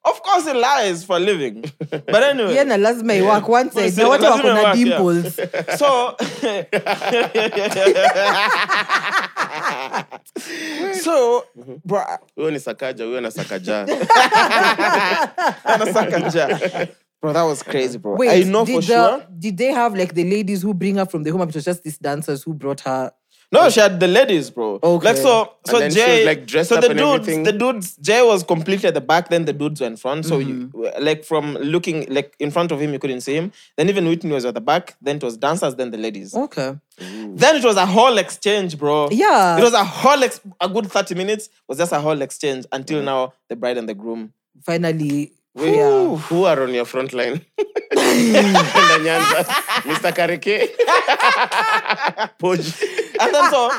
D: Of course, he lies for a living. But anyway.
A: Yeye na lazima iwak one side.
D: Lazima
A: Na watu wako na
D: iwak, yeah.
A: dimples.
D: So, so,
A: Mm-hmm.
D: bro,
B: Huyo ni Sakaja, huyo na Sakaja.
D: I'm a second jar. Bro, that was crazy, bro.
A: Wait,
D: I know
A: did
D: for
A: the-
D: sure.
A: Did they have like the ladies who bring her from the home? It was just these dancers who brought her.
D: No, she had the ladies, bro.
A: Okay.
D: Like so, so
B: And then she
D: Jay,
B: was, like, dressed
D: so
B: up
D: the
B: and
D: dudes,
B: everything.
D: the dudes, Jay was completely at the back. Then the dudes were in front. So
B: Mm-hmm.
D: you, uh, like from looking like in front of him, you couldn't see him. Then even Whitney was at the back. Then it was dancers. Then the ladies.
B: Oh.
A: Okay.
D: Then it was a whole exchange, bro.
A: Yeah.
D: it was a whole ex- a good thirty minutes was just a whole exchange
B: Mm.
D: until now. The bride and the groom.
A: Finally.
B: Who- Who are on your front line? Kwenda Nyanza. Mr. Karike. Poji.
D: And then so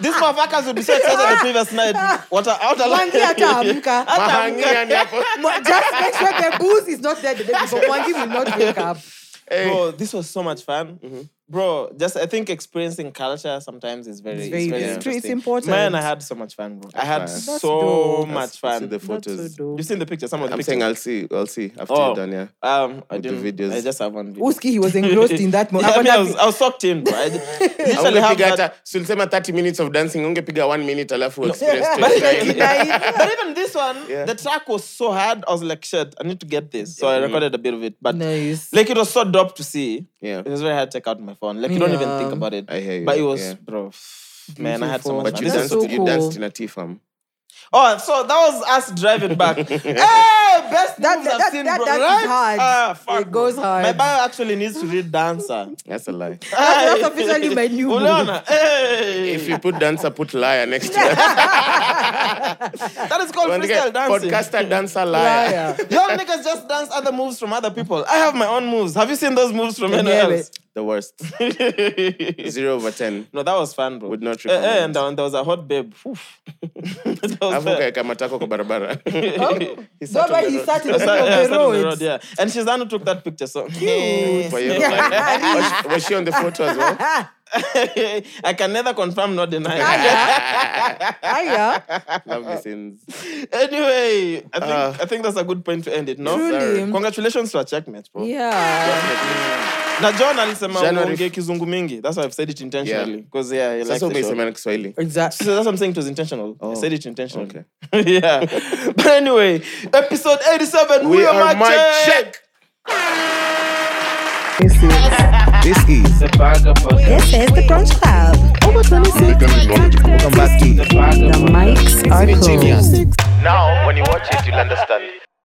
D: these motherfuckers would be so excited the previous night. What a out
A: Mwangi ataamka.
B: Mahangi yani hapo.
A: Mo- Just make sure the booze is not there the day before. Mwangi will not wake up.
B: Hey. Mm-hmm.
D: Bro, this was so much fun. Bro, just I think experiencing culture sometimes is very,
A: It's
D: it's
A: very,
D: very
A: it's true. It's
D: interesting.
A: important.
D: Man, I had so much fun, bro. I had
B: That's
D: so
A: dope.
B: I'll see
D: much fun.
B: the
A: That's so
B: photos.
A: dope.
D: You've seen the picture, some of the
B: I'm
D: pictures.
B: saying I'll see. I'll see after
D: Oh.
B: you're done, yeah.
D: um, I
B: With the
D: didn't.
B: videos.
D: I just have one video.
A: Uski, he was engrossed in that
D: Yeah,
A: moment.
D: I, mean, I, was, I was sucked in, bro. I d- literally have
B: Ungepiga
D: that.
B: hata si ulisema 30 minutes of dancing, ungepiga 1 minute alafu express to
A: But-
B: explain.
D: but even this one,
B: Yeah.
D: the track was so hard. I was like, shit, I need to get this. So I recorded a bit of it. But
A: Nice.
D: uh, like, it was so dope to see.
B: Yeah.
D: It was very hard to take out my phone. Like, you don't even
A: Yeah.
D: think about it.
B: I hear you,
D: But it was,
B: yeah.
D: bro. Man, I had so
A: Beautiful.
D: much
B: But
D: fun.
B: you
A: That's
B: danced,
A: so
B: you danced
A: cool.
B: in a tea farm.
D: Oh, so that was us driving back. hey, best
A: That-
D: moves
A: that-
D: I've seen,
A: that-
D: bro.
A: that is
D: right?
A: hard.
D: Ah, fuck,
A: It goes
D: bro.
A: hard.
D: My bio actually needs to read dancer.
B: That's a lie.
A: That's officially my new book.
D: Unaona? Hey.
B: If you put dancer, put liar next to it.
D: that is called freestyle dancing.
B: Podcaster, dancer, liar.
A: Liar.
D: Y'all niggas just dance other moves from other people. I have my own moves. Have you seen those moves from
A: Can
D: anyone
A: hear
D: else?
A: it.
B: the worst. Zero over ten.
D: No, that was fun, bro.
B: Would not
D: Eh, eh,
B: recommend.
D: and, there- and there was a hot babe. Oof. That was
B: Afu
D: her.
B: kaeka matako kwa barabara. He sat on
A: Baba,
B: the
A: he
B: road.
A: sat in the
D: I
A: middle
D: sat- yeah, I
A: of
D: sat
A: the
D: on the
A: road.
D: road, yeah. And she's the one who took that picture. So
B: For yellow flag. was, she, was she on the photo as well?
D: I can neither confirm nor deny.
A: Ah, Aya. Aya.
B: Lovely scenes.
D: anyway, I think
B: Uh,
D: I think that's a good point to end it. No,
A: Truly.
D: congratulations to our checkmate, bro.
A: Yeah.
D: Na John alisema
B: January-
D: uongee kizungu mingi. That's why I've said it intentionally.
B: Yeah.
D: Because yeah, he likes
B: Sasa
D: the show.
B: umeisema na Kiswahili.
A: Exactly.
D: So that's what I'm saying. It was intentional. I said it intentionally.
B: okay.
D: yeah. But anyway, episode 87. We,
B: We are
D: my
B: my check.
F: This is
G: This is the Crunch Club.
F: welcome back to
G: The mics are cool.
F: Genius.
C: Now, when you watch it, you'll understand.